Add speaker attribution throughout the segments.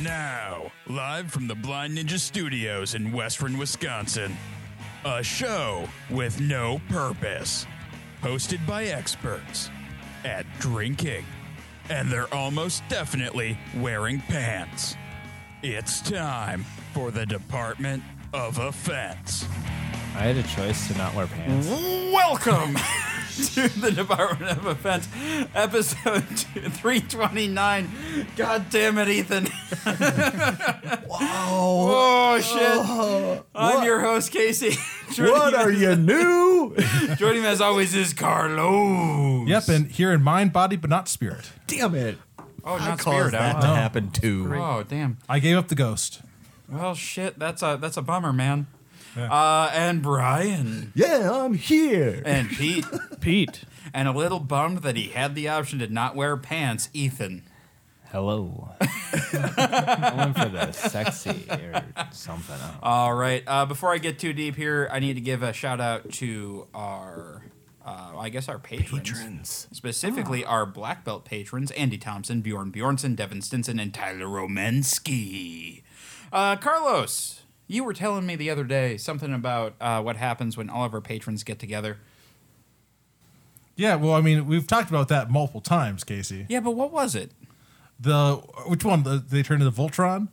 Speaker 1: Now, live from the Blind Ninja Studios in Western Wisconsin, a show with no purpose, hosted by experts at drinking, and they're almost definitely wearing pants. It's time for the Department of Offense.
Speaker 2: I had a choice to not wear pants.
Speaker 3: Welcome to the Department of Offense, episode 329. God damn it, Ethan. Whoa. Oh, shit. I'm your host, Casey. Joining
Speaker 4: What
Speaker 3: me-
Speaker 4: are you new?
Speaker 3: Joining me as always is Oh, Carlos.
Speaker 5: Yep, and here in mind, body, but not spirit.
Speaker 4: Damn it. Uh-huh.
Speaker 3: Oh,
Speaker 4: I
Speaker 3: not
Speaker 4: caused
Speaker 3: Spirit.
Speaker 4: that
Speaker 3: huh?
Speaker 4: to happen too.
Speaker 3: Oh, damn.
Speaker 5: I gave up the ghost.
Speaker 3: Well, shit. That's a that's a bummer, man. Uh, and Brian
Speaker 4: Yeah, I'm here.
Speaker 3: and Pete
Speaker 2: Pete.
Speaker 3: and a little bummed that he had the option to not wear pants, Ethan.
Speaker 2: Hello. I went for the sexy or something. I don't know.
Speaker 3: All right. Uh, before I get too deep here, I need to give a shout out to our, uh, I guess our patrons,
Speaker 4: Patrons.
Speaker 5: Ah.
Speaker 3: specifically our black belt patrons: Andy Thompson, Bjorn Bjornson, Devin Stinson, and Tyler Romensky. Uh, Carlos, you were telling me the other day something about uh, what happens when all of our patrons get together.
Speaker 5: Yeah, well, I mean, we've talked about that multiple times, Casey.
Speaker 3: Yeah, but what was it?
Speaker 5: The which one? The, they turn into Voltron,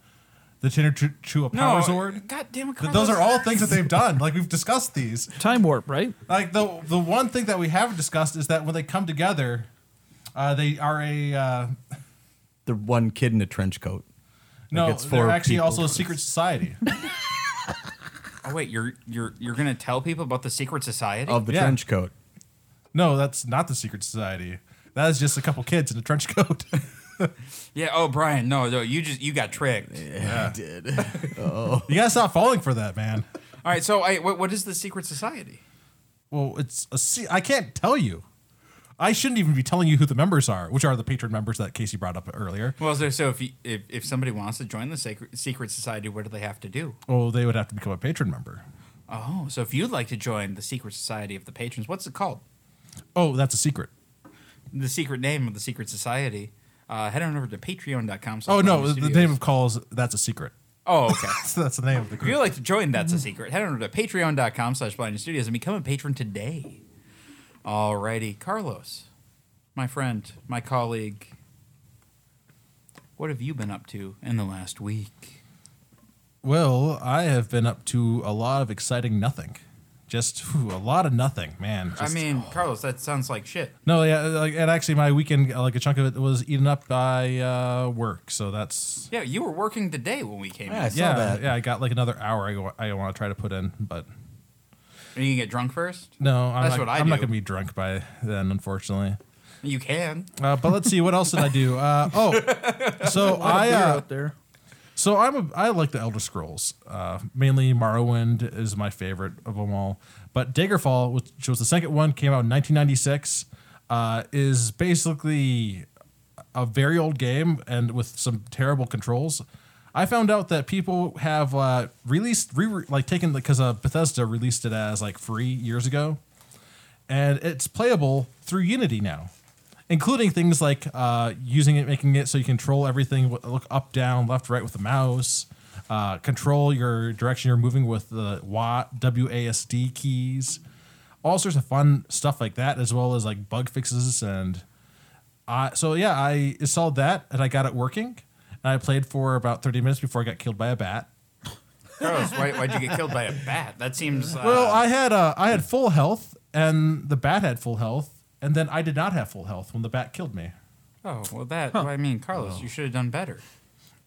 Speaker 5: the turn into to a power sword.
Speaker 3: God damn it,
Speaker 5: Th-
Speaker 3: Carlos.
Speaker 5: those are all things that they've done. Like we've discussed these.
Speaker 2: Time warp, right?
Speaker 5: Like the the one thing that we haven't discussed is that when they come together, uh, they are a uh,
Speaker 4: The one kid in a trench coat.
Speaker 5: no.
Speaker 4: it's four
Speaker 5: They're actually
Speaker 4: people.
Speaker 5: also a secret society.
Speaker 3: Oh wait, you're you're you're gonna tell people about the secret society?
Speaker 4: Of the
Speaker 5: Yeah.
Speaker 4: trench coat.
Speaker 5: no, that's not the secret society. That is just a couple kids in a trench coat.
Speaker 3: yeah. Oh, Brian, no, no, you just you got tricked.
Speaker 4: Yeah, I did.
Speaker 5: you gotta stop falling for that, man.
Speaker 3: All right, so I, what, what is the secret society?
Speaker 5: Well, it's a se- I can't tell you. I shouldn't even be telling you who the members are, which are the patron members that Casey brought up earlier.
Speaker 3: Well, so, so if, you, if if somebody wants to join the secret, secret society, what do they have to do?
Speaker 5: Well, Oh, they would have to become a patron member.
Speaker 3: Oh, so if you'd like to join the secret society of the patrons, what's it called?
Speaker 5: Oh, that's a secret.
Speaker 3: The secret name of the secret society. Uh, head on over to patreon.com.
Speaker 5: Oh no, the name of calls that's a secret.
Speaker 3: Oh, okay.
Speaker 5: So that's the name of the
Speaker 3: If you'd
Speaker 5: group.
Speaker 3: like to join That's a Secret, head on over to patreon.com slash blind studios and become a patron today. Alrighty, Carlos, my friend, my colleague, what have you been up to in the last week?
Speaker 5: Well, I have been up to a lot of exciting nothing. Just whew, a lot of nothing, man. Just-
Speaker 3: I mean, Carlos, that sounds like shit.
Speaker 5: no, yeah, like, and actually, my weekend, like a chunk of it was eaten up by uh, work. So that's
Speaker 3: Yeah, you were working today when we came
Speaker 4: Yeah, I
Speaker 3: in.
Speaker 4: saw
Speaker 5: yeah,
Speaker 4: that.
Speaker 5: yeah. I got like another hour. I, I want to try to put in, but
Speaker 3: Are you gonna get drunk first?
Speaker 5: No, I'm
Speaker 3: That's
Speaker 5: not,
Speaker 3: what I
Speaker 5: am not
Speaker 3: do.
Speaker 5: going to be drunk by then, unfortunately.
Speaker 3: You can.
Speaker 5: Uh, but let's see, what else did I do? Uh, oh, so I uh,
Speaker 2: there.
Speaker 5: so I'm a, I like the Elder Scrolls. Uh, mainly Morrowind is my favorite of them all, but Daggerfall, which was the second one, came out in 1996, uh, is basically a very old game and with some terrible controls. I found out that people have uh, released, re- like taken, because uh, Bethesda released it as like free years ago, and it's playable through Unity now, including things like uh, using it, making it so you control everything, w- look up, down, left, right with the mouse, uh, control your direction you're moving with the wa- WASD keys, all sorts of fun stuff like that, as well as like bug fixes and. Uh, so yeah, I installed that and I got it working, and I played for about 30 minutes before I got killed by a bat.
Speaker 3: Carlos, why, why'd you get killed by a bat? That seems. Uh,
Speaker 5: Well, I had uh, I had full health, and the bat had full health, and then I did not have full health when the bat killed me.
Speaker 3: Oh, well, that. I mean, Carlos, you should have done better.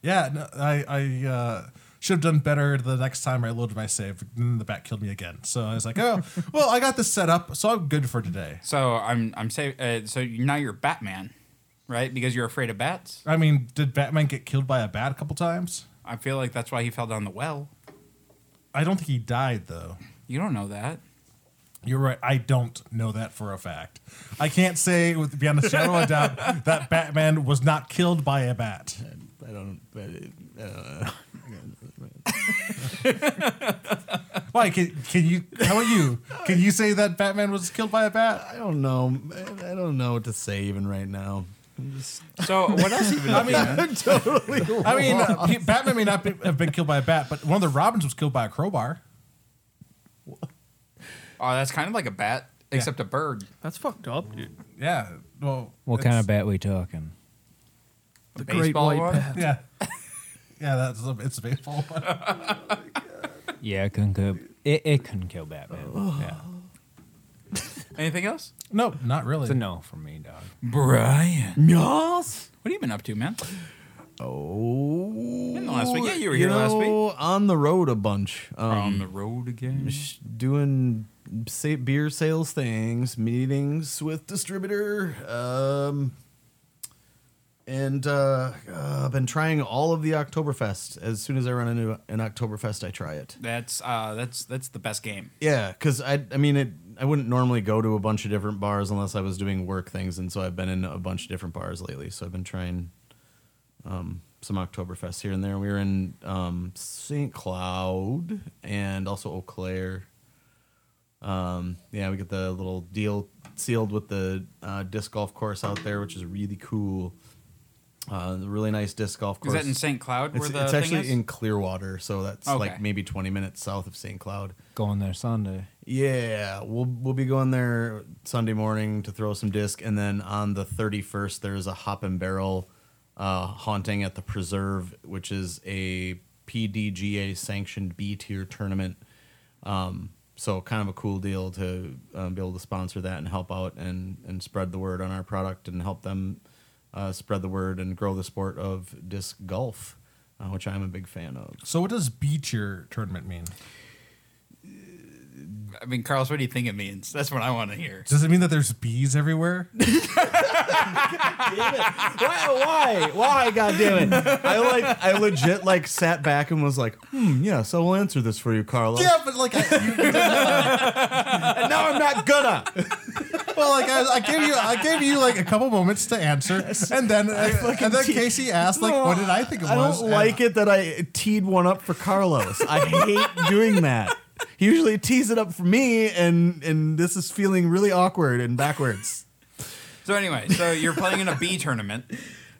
Speaker 5: Yeah, no, I I uh, should have done better the next time I loaded my save. Then the bat killed me again, so I was like, oh, well, I got this set up, so I'm good for today.
Speaker 3: So I'm I'm saying uh, so now you're Batman, right? Because you're afraid of bats.
Speaker 5: I mean, did Batman get killed by a bat a couple times?
Speaker 3: I feel like that's why he fell down the well.
Speaker 5: I don't think he died though.
Speaker 3: You don't know that.
Speaker 5: You're right. I don't know that for a fact. I can't say with beyond a shadow of a doubt that Batman was not killed by a bat.
Speaker 4: I don't. But it,
Speaker 5: Why? Can, can you? How about you? Can you say that Batman was killed by a bat?
Speaker 4: I don't know. man. I don't know what to say even right now.
Speaker 3: So what else even? I mean,
Speaker 5: I mean, uh, he- Batman may not be, have been killed by a bat, but one of the Robins was killed by a crowbar.
Speaker 3: oh, that's kind of like a bat, except a bird.
Speaker 6: That's fucked up, dude.
Speaker 5: Yeah. Well,
Speaker 2: What kind of bat we talking?
Speaker 3: The
Speaker 6: great white bat.
Speaker 5: Yeah. Yeah, that's a, it's a baseball. one.
Speaker 2: Yeah, it couldn't kill. It, it couldn't kill
Speaker 4: Oh.
Speaker 2: Batman.
Speaker 5: Yeah.
Speaker 3: Anything else?
Speaker 5: No, not really.
Speaker 2: It's a no for me, dog.
Speaker 3: Brian,
Speaker 4: Yes.
Speaker 3: what have you been up to, man?
Speaker 4: Oh.
Speaker 3: Been last week. Yeah, you were here last week.
Speaker 4: On the road a bunch. Um,
Speaker 3: On the road again.
Speaker 4: sh- doing sa- beer sales things, meetings with distributor, um, and uh, uh, I've been trying all of the Oktoberfest. As soon as I run into an Oktoberfest, I try it.
Speaker 3: That's uh, that's that's the best game.
Speaker 4: Yeah, because I, I mean, it, I wouldn't normally go to a bunch of different bars unless I was doing work things, and so I've been in a bunch of different bars lately. So I've been trying um, some Oktoberfest here and there. We were in um, St. Cloud and also Eau Claire. Um, yeah, we get the little deal sealed with the uh, disc golf course out there, which is really cool. Uh, the really nice disc golf
Speaker 3: Is
Speaker 4: course.
Speaker 3: that in St. Cloud where
Speaker 4: It's,
Speaker 3: the
Speaker 4: it's
Speaker 3: thing
Speaker 4: actually
Speaker 3: is?
Speaker 4: in Clearwater, so that's
Speaker 3: Okay.
Speaker 4: like maybe 20 minutes south of St. Cloud.
Speaker 2: Going there Sunday.
Speaker 4: Yeah, we'll we'll be going there Sunday morning to throw some disc, and then on the thirty first, there's a hop and barrel uh, haunting at the Preserve, which is a PDGA sanctioned B tier tournament. Um, so kind of a cool deal to um, be able to sponsor that and help out and and spread the word on our product and help them uh, spread the word and grow the sport of disc golf, uh, which I'm a big fan of.
Speaker 5: so, what does B tier tournament mean?
Speaker 3: I mean, Carlos, what do you think it means? That's what I want to hear.
Speaker 5: Does it mean that there's bees everywhere?
Speaker 4: why? Why? Why? God damn it! I like. I legit like sat back and was like, hmm, yes, I will answer this for you, Carlos.
Speaker 5: but like, I, you,
Speaker 4: And now I'm not gonna.
Speaker 5: well, like I, I gave you, I gave you like a couple moments to answer, and then uh, and then Casey asked, like, what did I think it
Speaker 4: I
Speaker 5: was?
Speaker 4: don't like it that I teed one up for Carlos. I hate doing that. He usually tees it up for me, and and this is feeling really awkward and backwards.
Speaker 3: So anyway, so you're playing in a B tournament.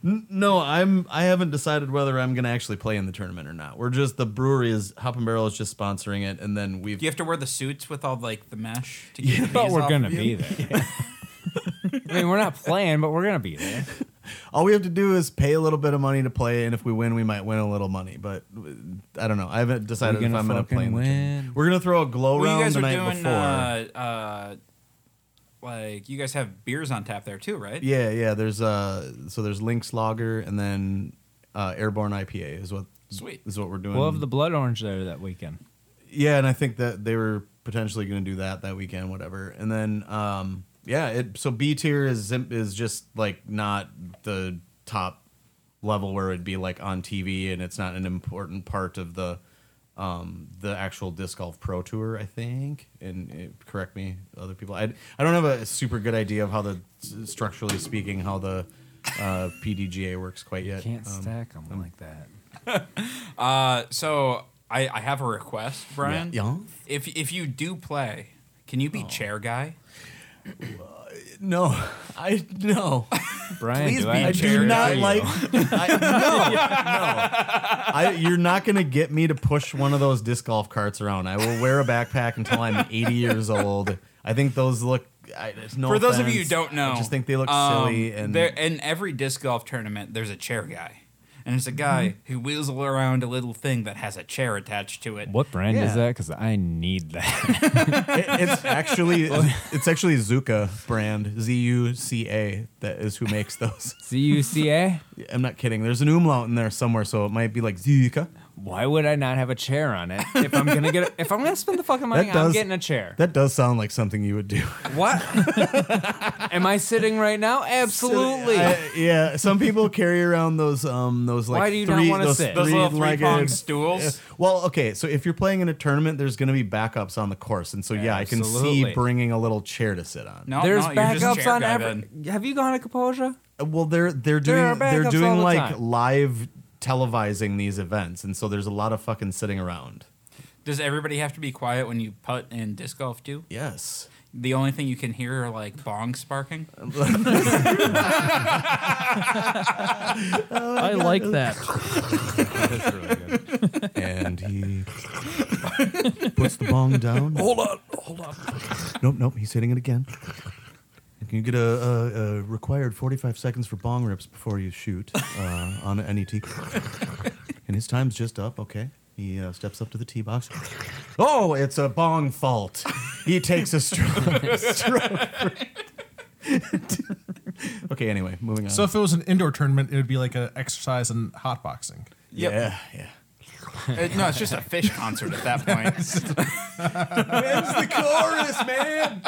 Speaker 4: No, I'm. I haven't decided whether I'm gonna actually play in the tournament or not. We're just the brewery is Hop and Barrel is just sponsoring it, and then we've
Speaker 3: Do you have to wear the suits with all like the mesh to keep the
Speaker 2: But
Speaker 3: bees
Speaker 2: we're
Speaker 3: off
Speaker 2: gonna
Speaker 3: of
Speaker 2: be
Speaker 3: you?
Speaker 2: there. I mean, we're not playing, but we're gonna be there.
Speaker 4: All we have to do is pay a little bit of money to play, and if we win, we might win a little money. But uh, I don't know. I haven't decided
Speaker 2: We
Speaker 4: if
Speaker 2: gonna
Speaker 4: I'm going to
Speaker 2: fucking
Speaker 4: play. in the tournament.
Speaker 2: win.
Speaker 4: We're going to throw a glow
Speaker 3: Well, you
Speaker 4: round
Speaker 3: guys
Speaker 4: the
Speaker 3: are
Speaker 4: night
Speaker 3: doing
Speaker 4: before.
Speaker 3: uh, uh, like you guys have beers on tap there too, right?
Speaker 4: yeah, yeah. There's uh, so there's Lynx Lager, and then uh, Airborne IPA is what
Speaker 3: Sweet.
Speaker 4: is what we're doing.
Speaker 2: We'll have the blood orange there that weekend.
Speaker 4: yeah, and I think that they were potentially going to do that that weekend, whatever. And then um, yeah, it so B tier is is just like not the top level where it'd be like on TV, and it's not an important part of the um the actual disc golf pro tour i think and it, correct me other people i i don't have a super good idea of how the structurally speaking how the uh pdga works quite yet
Speaker 2: Can't
Speaker 4: Um,
Speaker 2: stack them like that.
Speaker 3: Uh, so I, I have a request, Brian.
Speaker 4: yeah. Oh.
Speaker 3: If if you do play, can you be chair guy?
Speaker 4: no i no
Speaker 2: Brian,
Speaker 4: Please
Speaker 2: do
Speaker 4: be
Speaker 2: I,
Speaker 4: I
Speaker 2: have
Speaker 4: do
Speaker 2: charity
Speaker 4: not
Speaker 2: for you?
Speaker 4: like. I, no, no. I, you're not going to get me to push one of those disc golf carts around. I will wear a backpack until I'm 80 years old. I think those look. I, there's no
Speaker 3: For those of you who
Speaker 4: offense.
Speaker 3: don't know,
Speaker 4: I just think they look
Speaker 3: um,
Speaker 4: silly and
Speaker 3: there, in every disc golf tournament, there's a chair guy, and it's a guy
Speaker 4: Mm-hmm.
Speaker 3: who wheels around a little thing that has a chair attached to it.
Speaker 2: What brand is
Speaker 4: Yeah.
Speaker 2: that? Because I need that.
Speaker 4: It- it's actually it's actually Zuka brand Z U C A that is who makes those.
Speaker 2: CUCA.
Speaker 4: I'm not kidding. There's an umlaut in there somewhere, so it might be like Zuka.
Speaker 2: Why would I not have a chair on it if I'm gonna get? If I'm gonna spend the fucking money,
Speaker 4: That does-
Speaker 2: I'm getting a chair.
Speaker 4: That does sound like something you would do.
Speaker 2: what? Am I sitting right now? Absolutely.
Speaker 4: I- yeah, some people carry around those um those like
Speaker 2: Why do you not
Speaker 4: three,
Speaker 2: wanna
Speaker 4: those
Speaker 2: sit?
Speaker 3: Those little three prong
Speaker 4: three-legged-
Speaker 3: stools.
Speaker 4: Well, okay, so if you're playing in a tournament, there's going to be backups on the course, and so yeah, I can see
Speaker 2: Absolutely.
Speaker 4: bringing a little chair to sit on.
Speaker 3: No,
Speaker 2: There's
Speaker 3: no, you're just
Speaker 2: backups
Speaker 3: chair
Speaker 2: on
Speaker 3: guy
Speaker 2: every.
Speaker 3: then.
Speaker 2: Have you gone to Kaposia?
Speaker 4: Well, they're
Speaker 2: There
Speaker 4: they're doing
Speaker 2: are
Speaker 4: they're
Speaker 2: backups
Speaker 4: doing
Speaker 2: all the
Speaker 4: like
Speaker 2: time.
Speaker 4: live televising these events, and so there's a lot of fucking sitting around.
Speaker 3: Does everybody have to be quiet when you putt in disc golf too?
Speaker 4: Yes.
Speaker 3: the only thing you can hear are like bongs sparking.
Speaker 6: I like that.
Speaker 2: That's really good.
Speaker 4: and he puts the bong down. Hold on, hold on. Nope, nope. He's hitting it again. Can you get a, a, a required 45 seconds for bong rips before you shoot uh, on an NET? and his time's just up. Okay. He uh, steps up to the tee box. Oh, it's a bong fault. He takes a stroke. stroke. okay. Anyway, moving on.
Speaker 5: So if it was an indoor tournament, it would be like an exercise in hotboxing.
Speaker 3: Yep.
Speaker 4: yeah, yeah.
Speaker 3: Uh, no, it's just a fish concert at that point.
Speaker 4: Where's the chorus, man?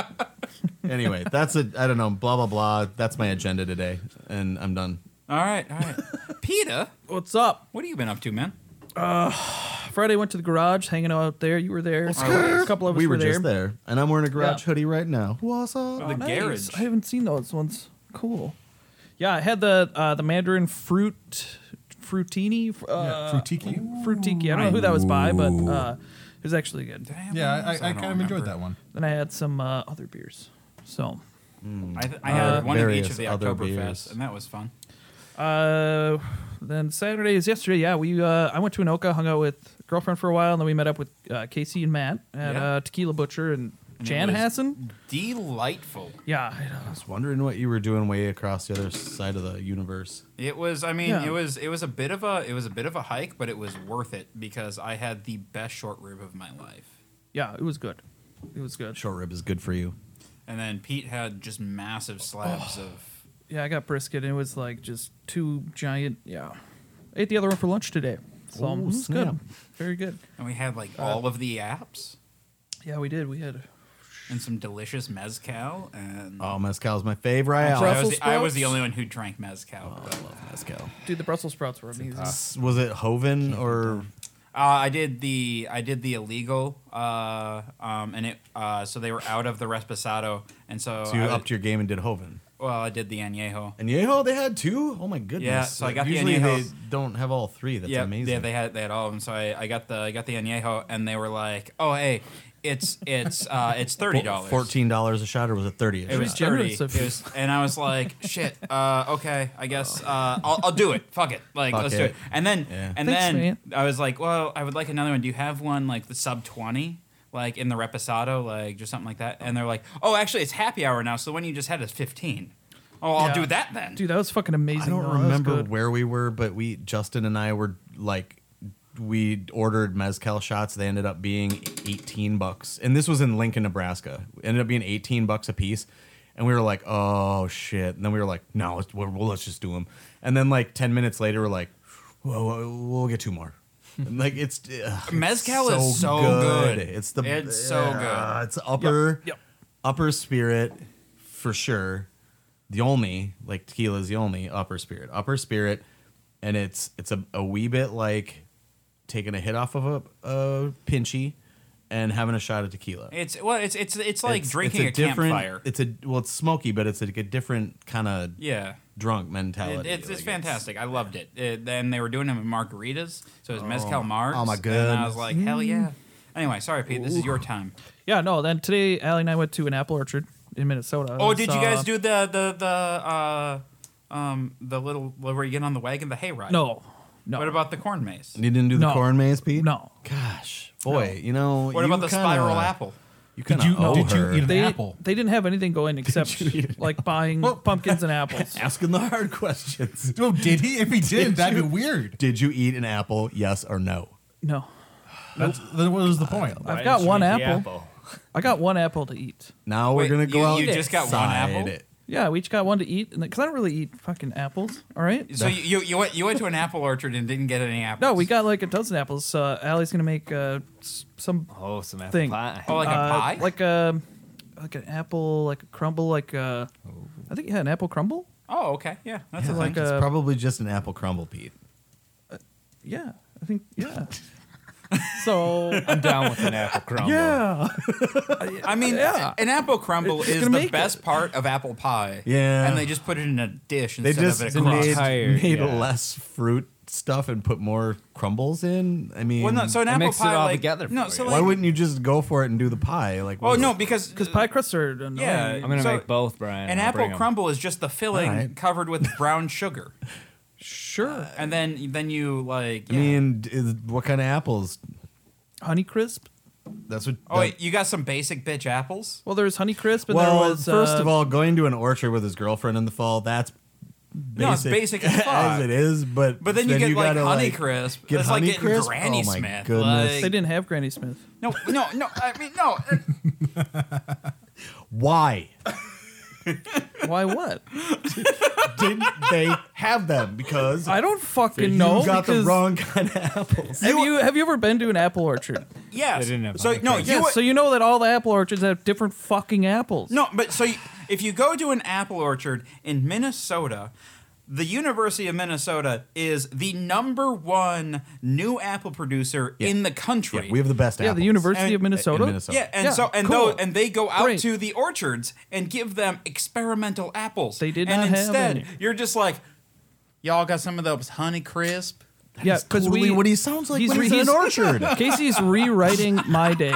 Speaker 4: anyway, that's a I don't know, blah blah blah. That's my agenda today, and I'm done.
Speaker 3: all right, all right. Peta,
Speaker 6: What's up?
Speaker 3: what have you been up to, man?
Speaker 6: Friday went to the garage, hanging out there. You were there. A couple of us
Speaker 4: We were
Speaker 6: there.
Speaker 4: just there, and I'm wearing a garage
Speaker 6: Yeah.
Speaker 4: hoodie right now. What's up?
Speaker 3: The
Speaker 6: Nice.
Speaker 3: garage.
Speaker 6: I haven't seen those ones. Cool. Yeah, I had the uh, the Mandarin fruit fruitini.
Speaker 5: Yeah,
Speaker 6: Uh,
Speaker 5: Frutiki.
Speaker 6: Fruitiki. I don't know who that was by, but uh, it was actually good.
Speaker 3: Did I have
Speaker 5: Yeah,
Speaker 3: one of
Speaker 5: I, I,
Speaker 3: those? don't
Speaker 5: kind of enjoyed
Speaker 3: remember.
Speaker 5: that one.
Speaker 6: Then I had some uh, other beers. So,
Speaker 3: I, th- I
Speaker 5: Uh,
Speaker 3: had one of each
Speaker 4: various
Speaker 3: of the
Speaker 4: other
Speaker 3: Oktoberfest,
Speaker 4: beers.
Speaker 3: and that was fun.
Speaker 6: uh, then Saturday is yesterday. Yeah, we uh, I went to Anoka, hung out with girlfriend for a while, and then we met up with uh, Casey and Matt at
Speaker 3: Yeah.
Speaker 6: uh, Tequila Butcher and,
Speaker 3: And it
Speaker 6: Jan
Speaker 3: was-
Speaker 6: Hassan.
Speaker 3: Delightful.
Speaker 6: Yeah, I know.
Speaker 4: I was wondering what you were doing way across the other side of the universe.
Speaker 3: It was. I mean,
Speaker 6: Yeah.
Speaker 3: it was. It was a bit of a. It was a bit of a hike, but it was worth it because I had the best short rib of my life.
Speaker 6: yeah, it was good. It was good.
Speaker 4: Short rib is good for you.
Speaker 3: And then Pete had just massive slabs
Speaker 5: Oh.
Speaker 3: of.
Speaker 6: Yeah, I got brisket. and It was like just two giant. Yeah, ate the other one for lunch today. So
Speaker 4: Ooh,
Speaker 6: it was
Speaker 4: snap.
Speaker 6: good, very good.
Speaker 3: And we had
Speaker 4: Uh,
Speaker 3: like all of the apps
Speaker 6: Yeah, we did. We had.
Speaker 3: and some delicious mezcal. And
Speaker 4: Oh, mezcal's my favorite. Oh,
Speaker 3: I, was
Speaker 6: Brussels
Speaker 3: the, I was
Speaker 6: sprouts?
Speaker 3: the only one who drank mezcal. but, uh,
Speaker 4: Mezcal.
Speaker 6: Dude, the Brussels sprouts were amazing.
Speaker 4: S- Was it Hoven or
Speaker 3: uh, I did the I did the illegal, uh, um, and it uh, so they were out of the Resposado, and so,
Speaker 4: so you
Speaker 3: Oh, I was-
Speaker 4: upped your game and did Hoven?
Speaker 3: well I did the añejo.
Speaker 4: And Yeho, they had two. Oh my goodness!
Speaker 3: Yeah, so I got the
Speaker 4: usually they
Speaker 3: Añejos.
Speaker 4: don't have all three. That's
Speaker 3: yeah,
Speaker 4: amazing.
Speaker 3: yeah, they had they had all of them. So I, I got the I got the añejo, and they were like, "Oh, hey, it's it's uh, it's thirty dollars,
Speaker 4: Fourteen dollars a shot, or was it thirty?
Speaker 3: It was
Speaker 6: Pretty
Speaker 3: thirty. It
Speaker 6: generous of you.
Speaker 3: was, and I was like, "Shit, uh, okay, I guess uh, I'll, I'll do it. Fuck it, like
Speaker 4: Fuck
Speaker 3: let's do it."
Speaker 4: it.
Speaker 3: And then
Speaker 4: Yeah.
Speaker 3: and
Speaker 6: Thanks,
Speaker 3: then
Speaker 6: man.
Speaker 3: I was like, "Well, I would like another one. Do you have one like the sub twenty, like in the reposado, like just something like that?" And they're like, "Oh, actually, it's happy hour now, so the one you just had is fifteen. Oh, I'll
Speaker 6: Yeah.
Speaker 3: do that then."
Speaker 6: Dude, that was fucking amazing.
Speaker 4: I don't
Speaker 6: though. That was
Speaker 4: remember
Speaker 6: good.
Speaker 4: where we were, but we Justin and I were like we ordered mezcal shots. They ended up being 18 bucks. And this was in Lincoln, Nebraska. Ended up being 18 bucks a piece. And we were like, "Oh shit." And then we were like, "No, let's, well, well, let's just do them." And then like 10 minutes later we're like, "Well, we'll, we'll get two more." And, like it's ugh,
Speaker 3: Mezcal
Speaker 4: it's
Speaker 3: is so good.
Speaker 4: It's the
Speaker 3: It's so
Speaker 4: Ah,
Speaker 3: good.
Speaker 4: It's upper
Speaker 6: Yep, yep.
Speaker 4: upper spirit for sure the only like tequila is the only upper spirit upper spirit and it's it's a, a wee bit like taking a hit off of a, a pinchy and having a shot of tequila
Speaker 3: It's well, it's it's it's like
Speaker 4: It's-
Speaker 3: drinking
Speaker 4: it's
Speaker 3: a,
Speaker 4: different
Speaker 3: campfire.
Speaker 4: it's a well it's smoky but it's like a different kind of
Speaker 3: yeah.
Speaker 4: drunk
Speaker 3: It-
Speaker 4: mentality
Speaker 3: it's,
Speaker 4: Like,
Speaker 3: it's fantastic. I loved it. it. Then they were doing them in margaritas, so it was mezcal Mars.
Speaker 4: oh my
Speaker 3: And I was
Speaker 4: goodness.
Speaker 3: like, hell yeah. Anyway, sorry Pete, this is your time.
Speaker 6: Yeah, no. Then today, Allie and I went to an apple orchard in Minnesota. Uh,
Speaker 3: Oh,
Speaker 6: and
Speaker 3: did you
Speaker 6: saw-
Speaker 3: guys do the the the uh, um the little where you get on the wagon, the hayride?
Speaker 6: No, no.
Speaker 3: What about the corn maze?
Speaker 4: you didn't do the
Speaker 6: No.
Speaker 4: corn maze pete
Speaker 6: No.
Speaker 4: gosh boy you know
Speaker 3: What
Speaker 4: you
Speaker 3: about the
Speaker 4: kinda-
Speaker 3: spiral apple?
Speaker 4: you
Speaker 5: Did
Speaker 4: kind
Speaker 5: you-
Speaker 4: of owe
Speaker 5: did you
Speaker 4: her.
Speaker 5: eat an
Speaker 6: they,
Speaker 5: apple?
Speaker 6: They didn't have anything going except like buying pumpkins and apples.
Speaker 4: asking the hard questions
Speaker 5: Oh, did he? If he did, that'd be weird.
Speaker 4: did you eat an apple yes or no
Speaker 6: No,
Speaker 5: That's, then what was the point?
Speaker 6: I've got one apple. I got one apple to eat.
Speaker 4: Now
Speaker 3: Wait,
Speaker 4: we're gonna go
Speaker 3: you-
Speaker 4: out.
Speaker 3: you just got one
Speaker 4: outside
Speaker 3: apple?
Speaker 4: It.
Speaker 6: Yeah, we each got one to eat, and because I don't really eat fucking apples. All right.
Speaker 3: So you, you you went you went to an apple orchard and didn't get any apples.
Speaker 6: No, we got like a dozen apples. Uh, Allie's gonna make uh, s- some
Speaker 2: Oh, some apple
Speaker 6: Thing.
Speaker 2: pie.
Speaker 3: Oh, like a
Speaker 6: uh,
Speaker 3: pie?
Speaker 6: like a like an apple, like a crumble, like a.
Speaker 4: Oh.
Speaker 6: I think you had an apple crumble.
Speaker 3: oh, okay, yeah, that's a
Speaker 6: like
Speaker 3: thing.
Speaker 6: a-
Speaker 4: It's
Speaker 6: Uh,
Speaker 4: probably just an apple crumble, Pete.
Speaker 6: Yeah, I think yeah. so
Speaker 2: I'm down with an apple crumble.
Speaker 6: yeah,
Speaker 3: I mean,
Speaker 6: Yeah.
Speaker 3: an apple crumble
Speaker 6: It's
Speaker 3: is
Speaker 6: gonna
Speaker 3: the
Speaker 6: make
Speaker 3: best part of apple pie.
Speaker 4: Yeah.
Speaker 3: and they just put it in a dish
Speaker 4: They
Speaker 3: instead
Speaker 4: just
Speaker 3: of in a crust.
Speaker 4: made,
Speaker 2: Tired,
Speaker 4: made
Speaker 2: yeah.
Speaker 4: less fruit stuff and put more crumbles in? I mean,
Speaker 3: Well, no, so an
Speaker 2: It
Speaker 3: apple
Speaker 2: makes it
Speaker 3: pie
Speaker 2: all
Speaker 3: like
Speaker 2: together
Speaker 3: no,
Speaker 2: for
Speaker 3: so
Speaker 2: you.
Speaker 4: why
Speaker 3: like,
Speaker 4: wouldn't you just go for it and do the pie? Like,
Speaker 3: Oh
Speaker 4: what-
Speaker 3: no, because because
Speaker 6: Pie crusts are annoying.
Speaker 3: Yeah,
Speaker 6: Yeah.
Speaker 2: I'm gonna
Speaker 3: So,
Speaker 2: make both, Brian.
Speaker 3: An
Speaker 2: I'll
Speaker 3: apple
Speaker 2: bring 'em.
Speaker 3: crumble is just the filling
Speaker 4: All right.
Speaker 3: covered with brown sugar,
Speaker 6: Sure.
Speaker 3: and then then you like.
Speaker 4: I
Speaker 3: yeah.
Speaker 4: mean, d- is, what kind of apples?
Speaker 6: Honey crisp.
Speaker 4: That's what.
Speaker 3: oh,
Speaker 4: that-
Speaker 3: wait, you got some basic bitch apples.
Speaker 6: Well, there was honey crisp, and
Speaker 4: well,
Speaker 6: there was
Speaker 4: first
Speaker 6: uh,
Speaker 4: of all, going to an orchard with his girlfriend in the fall—that's basic,
Speaker 3: No, it's basic as fuck.
Speaker 4: it is. But
Speaker 3: But then you get, like,
Speaker 4: gotta,
Speaker 3: Honeycrisp.
Speaker 4: Get
Speaker 3: That's like
Speaker 4: Honeycrisp?
Speaker 3: getting Granny
Speaker 4: oh, my
Speaker 3: Smith,
Speaker 4: Goodness.
Speaker 6: they didn't have Granny Smith.
Speaker 3: No, no, no. I mean, no. uh,
Speaker 4: Why
Speaker 6: Why? What?
Speaker 4: didn't they have them? Because
Speaker 6: I don't fucking
Speaker 4: you
Speaker 6: know.
Speaker 4: got the
Speaker 6: because
Speaker 4: wrong kind of apples.
Speaker 6: Have you have you ever been to an apple orchard?
Speaker 3: Yes.
Speaker 2: They didn't have
Speaker 3: so
Speaker 2: honey
Speaker 3: no,
Speaker 2: crisp.
Speaker 3: you
Speaker 6: Yes,
Speaker 3: would-
Speaker 6: so you know that all the apple orchards have different fucking apples.
Speaker 3: no, but so you, if you go to an apple orchard in Minnesota, the University of Minnesota is the number one new apple producer in the
Speaker 4: Yeah,
Speaker 3: country.
Speaker 4: we have the best
Speaker 6: yeah,
Speaker 4: apples.
Speaker 6: the University
Speaker 3: And-
Speaker 6: of Minnesota.
Speaker 4: in Minnesota.
Speaker 3: Yeah, and
Speaker 6: Yeah,
Speaker 3: so and
Speaker 6: cool.
Speaker 3: though and they go out
Speaker 6: Great.
Speaker 3: to the orchards and give them experimental apples.
Speaker 6: They did
Speaker 3: and
Speaker 6: not have
Speaker 3: instead,
Speaker 6: any.
Speaker 3: you're just like, y'all got some of those Honey Crisp.
Speaker 6: Yeah,
Speaker 4: That's
Speaker 6: because
Speaker 4: totally
Speaker 6: we
Speaker 4: what he sounds like
Speaker 6: he's
Speaker 4: when
Speaker 6: re-
Speaker 4: he's in an
Speaker 6: he's-
Speaker 4: orchard.
Speaker 6: Casey's rewriting my day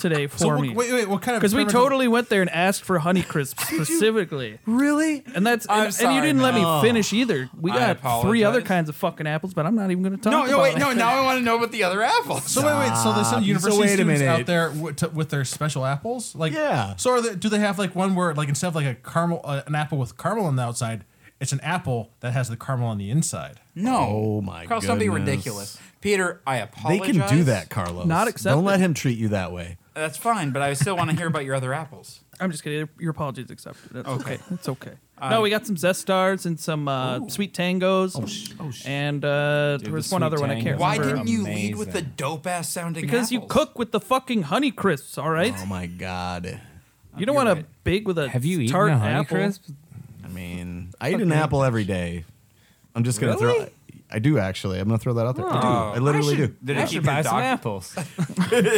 Speaker 6: today for
Speaker 5: So
Speaker 6: me
Speaker 5: wait, wait, wait, what kind of?
Speaker 6: because we
Speaker 5: experimental-
Speaker 6: totally went there and asked for honey crisp specifically,
Speaker 4: really?
Speaker 6: and that's
Speaker 3: I'm
Speaker 6: and, and
Speaker 3: sorry,
Speaker 6: you didn't let
Speaker 4: man.
Speaker 6: me finish either. We
Speaker 3: I
Speaker 6: got three other
Speaker 3: apologize.
Speaker 6: kinds of fucking apples, but I'm not even going to talk.
Speaker 3: No,
Speaker 6: about
Speaker 3: no, wait, no.
Speaker 6: it.
Speaker 3: Now I want to know about the other apples.
Speaker 5: So wait, wait. So there's some
Speaker 4: Stop.
Speaker 5: university
Speaker 4: So wait a
Speaker 5: students
Speaker 4: minute.
Speaker 5: out there w- to, with their special apples, like
Speaker 4: Yeah.
Speaker 5: So are they, do they have like one where like instead of like a caramel, uh, an apple with caramel on the outside, it's an apple that has the caramel on the inside.
Speaker 3: No.
Speaker 4: Oh, my
Speaker 3: Carl, don't be
Speaker 4: goodness.
Speaker 3: ridiculous. Peter, I
Speaker 4: They
Speaker 3: apologize.
Speaker 4: can do that, Carlos.
Speaker 6: Not
Speaker 4: Don't
Speaker 6: accepted.
Speaker 4: let him treat you that way.
Speaker 3: That's fine, but I still want to hear about your other apples.
Speaker 6: I'm just kidding. Your apologies is accepted. That's
Speaker 3: Okay.
Speaker 6: okay. It's okay. no, we got some zest stars and some uh, sweet tangos, oh, and uh, there
Speaker 2: the
Speaker 6: was one
Speaker 2: sweet
Speaker 6: other one I can't
Speaker 2: tangos
Speaker 3: Why
Speaker 2: Those are
Speaker 6: remember.
Speaker 3: didn't you lead with the
Speaker 2: amazing.
Speaker 3: dope ass sounding?
Speaker 6: because you
Speaker 3: apples?
Speaker 6: cook with the fucking honey crisps, all right?
Speaker 4: Oh my god.
Speaker 6: you don't
Speaker 3: you're
Speaker 6: want to
Speaker 3: right.
Speaker 6: big with a
Speaker 2: Have you eaten
Speaker 6: tart
Speaker 2: a honey
Speaker 6: apple.
Speaker 2: crisp?
Speaker 4: I mean, I eat an apple every day. I'm just gonna throw.
Speaker 2: Really?
Speaker 4: I do actually. I'm gonna throw that out there. I do.
Speaker 3: Oh.
Speaker 4: I literally
Speaker 3: should-
Speaker 4: do.
Speaker 3: Did
Speaker 2: I
Speaker 3: it
Speaker 2: should
Speaker 3: keep your
Speaker 2: buy some
Speaker 3: dog?
Speaker 2: apples.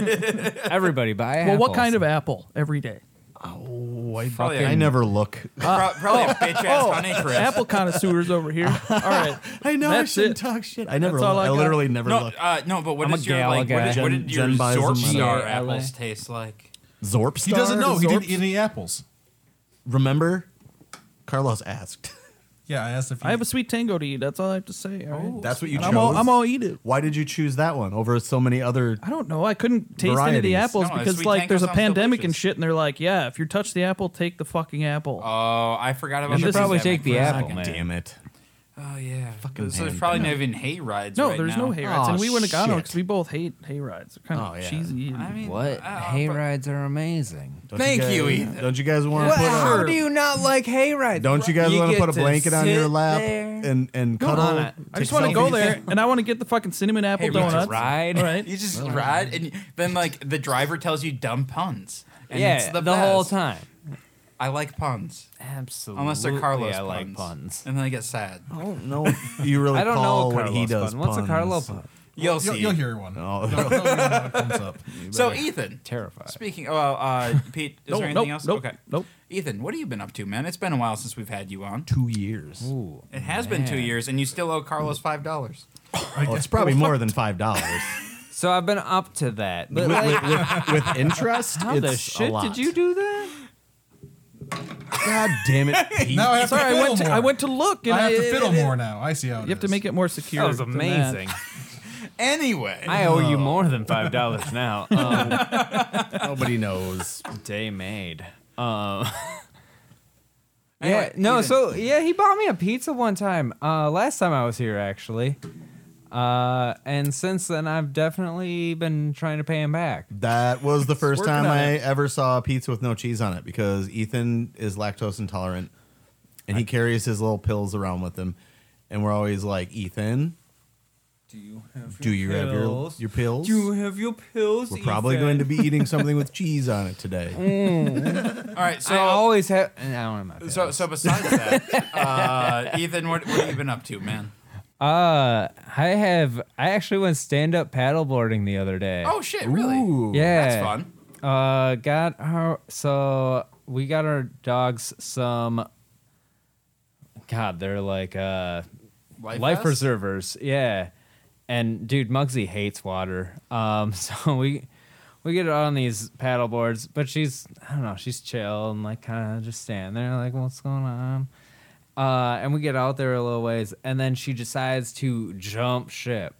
Speaker 2: Everybody buy apples.
Speaker 6: Well, what kind of apple every day?
Speaker 3: Probably,
Speaker 4: Oh, I
Speaker 3: a-
Speaker 4: never look.
Speaker 3: pro- probably a bitch ass honey crisp.
Speaker 6: Oh, Apple connoisseurs over here. All right.
Speaker 4: I know I
Speaker 6: That's
Speaker 4: shouldn't
Speaker 6: it.
Speaker 4: talk shit. I never.
Speaker 6: all
Speaker 4: look.
Speaker 6: I
Speaker 4: I,
Speaker 6: got.
Speaker 4: literally never
Speaker 3: No,
Speaker 4: look.
Speaker 3: uh, no, but what
Speaker 2: I'm a
Speaker 3: is your
Speaker 2: gal
Speaker 3: like? What
Speaker 2: guy.
Speaker 3: did, what
Speaker 4: Jen-
Speaker 3: did your
Speaker 4: Jen buys
Speaker 3: Zorb
Speaker 4: them at
Speaker 3: Star
Speaker 2: LA.
Speaker 3: apples taste like?
Speaker 4: Zorp. Star?
Speaker 5: He doesn't know. He
Speaker 4: Zorp-
Speaker 5: didn't eat any apples.
Speaker 4: Remember, Carlos asked.
Speaker 5: Yeah, I asked if he,
Speaker 6: I have a sweet tango to eat. That's all I have to say. all right?
Speaker 4: That's what you
Speaker 6: And
Speaker 4: chose.
Speaker 6: I'm all, I'm all eat it.
Speaker 4: Why did you choose that one over so many other?
Speaker 6: I don't know. I couldn't taste any of the
Speaker 4: Varieties.
Speaker 6: apples
Speaker 3: No, a
Speaker 6: because
Speaker 3: sweet
Speaker 6: like
Speaker 3: tango
Speaker 6: there's a
Speaker 3: sounds
Speaker 6: pandemic
Speaker 3: delicious.
Speaker 6: and shit, and they're like, yeah, if you touch the apple, take the fucking apple.
Speaker 3: Oh, I forgot about.
Speaker 2: You should
Speaker 3: the
Speaker 2: probably
Speaker 3: pandemic
Speaker 2: take the
Speaker 3: for a
Speaker 2: apple,
Speaker 3: second.
Speaker 2: man.
Speaker 4: Damn it.
Speaker 3: Oh yeah.
Speaker 4: Fucking
Speaker 3: so there's probably not
Speaker 4: pandemic.
Speaker 3: even hay rides.
Speaker 6: no,
Speaker 3: right
Speaker 6: there's
Speaker 3: now.
Speaker 6: no hay rides,
Speaker 4: Oh,
Speaker 6: and we wouldn't have gone
Speaker 4: shit.
Speaker 6: because we both hate hay rides. They're kind of
Speaker 4: Oh, yeah.
Speaker 6: cheesy. and-
Speaker 3: I mean,
Speaker 2: What?
Speaker 3: I- I-
Speaker 2: hay
Speaker 3: but-
Speaker 2: rides are amazing.
Speaker 4: Don't
Speaker 3: Thank
Speaker 4: guys-
Speaker 3: you, Ethan.
Speaker 4: Don't you guys want
Speaker 2: What?
Speaker 4: to put
Speaker 2: How
Speaker 4: a?
Speaker 2: do you not like hay rides?
Speaker 4: Don't you guys
Speaker 2: You
Speaker 4: want to
Speaker 2: get
Speaker 4: put a blanket on your
Speaker 2: sit
Speaker 4: lap
Speaker 2: there.
Speaker 4: and and cuddle?
Speaker 2: I-
Speaker 6: I
Speaker 4: take
Speaker 6: just want to go
Speaker 4: selfies?
Speaker 6: there, and I want to get the fucking cinnamon apple
Speaker 3: Hey, we just
Speaker 6: donuts.
Speaker 2: ride.
Speaker 6: All right.
Speaker 3: You just ride, and then like the driver tells you dumb puns. And
Speaker 2: yeah,
Speaker 3: it's
Speaker 2: the whole
Speaker 3: best.
Speaker 2: time.
Speaker 3: I like puns,
Speaker 2: Absolutely.
Speaker 3: unless they're Carlos
Speaker 2: I
Speaker 3: puns.
Speaker 2: like puns.
Speaker 3: and then I get sad.
Speaker 6: Oh,
Speaker 4: I don't know. if You really
Speaker 2: I don't know
Speaker 4: call
Speaker 2: a
Speaker 4: what
Speaker 2: Carlos
Speaker 4: he does.
Speaker 2: pun. What's a Carlo
Speaker 4: puns.
Speaker 2: pun?
Speaker 3: You'll
Speaker 5: You'll,
Speaker 3: see.
Speaker 5: you'll hear one.
Speaker 4: Oh.
Speaker 5: You'll- you'll hear one when it comes up.
Speaker 3: so Ethan,
Speaker 2: Terrified.
Speaker 3: Speaking, oh, well, uh, Pete, is there
Speaker 6: Nope,
Speaker 3: anything
Speaker 6: nope,
Speaker 3: else?
Speaker 6: nope,
Speaker 3: okay,
Speaker 6: nope.
Speaker 3: Ethan, what have you been up to, man? It's been a while since we've had you on.
Speaker 4: Two years.
Speaker 2: Ooh,
Speaker 3: It has been two
Speaker 2: man.
Speaker 3: years, and you still owe Carlos five dollars.
Speaker 4: Oh, it's probably more than five dollars
Speaker 2: So I've been up to that. But
Speaker 4: with,
Speaker 2: like,
Speaker 4: with, with, with interest.
Speaker 2: how
Speaker 4: it's
Speaker 2: the
Speaker 4: a
Speaker 2: shit
Speaker 4: lot.
Speaker 2: did you do that?
Speaker 4: God damn it! Pete.
Speaker 5: Now I have
Speaker 6: Sorry,
Speaker 5: to
Speaker 6: I
Speaker 5: fiddle
Speaker 6: went to,
Speaker 5: more.
Speaker 6: I went to look, and
Speaker 5: I
Speaker 6: I,
Speaker 5: have to
Speaker 6: it-
Speaker 5: fiddle
Speaker 6: it-
Speaker 5: more now. I see how it
Speaker 6: You have to
Speaker 5: is.
Speaker 6: make it more secure.
Speaker 2: That was
Speaker 6: than
Speaker 2: amazing.
Speaker 3: Anyway,
Speaker 2: I owe
Speaker 4: Oh.
Speaker 2: you more than five dollars now. Um,
Speaker 4: Nobody knows.
Speaker 2: day made. Um, yeah,
Speaker 3: Anyway,
Speaker 2: no.
Speaker 3: Ethan.
Speaker 2: So yeah, he bought me a pizza one time. Uh, last time I was here, actually. Uh, and since then, I've definitely been trying to pay him back.
Speaker 4: That was the first
Speaker 6: working
Speaker 4: time
Speaker 6: on
Speaker 4: I ever saw a pizza with no cheese on it because Ethan is lactose intolerant and he carries his little pills around with him. And we're always like, Ethan,
Speaker 2: Do you have
Speaker 4: do you have your, your pills?
Speaker 2: have your pills? Mm.
Speaker 4: we're probably going to be eating something with cheese on it today.
Speaker 3: all right. So
Speaker 2: I always have. I don't have my pills.
Speaker 3: So, so besides that, uh, Ethan, what, what have you been up to, man?
Speaker 2: Uh, I have. I actually went stand up paddleboarding the other day.
Speaker 3: Oh shit, really?
Speaker 4: Ooh.
Speaker 2: yeah,
Speaker 3: That's fun.
Speaker 2: Uh, got our so we got our dogs some. God, they're like uh,
Speaker 3: Life
Speaker 2: life
Speaker 3: vest?
Speaker 2: preservers. Yeah, and dude, Muggsy hates water. Um, so we we get her on these paddle boards, but she's I don't know, she's chill and like kind of just standing there, like what's going on. Uh, and we get out there a little ways, and then she decides to jump ship.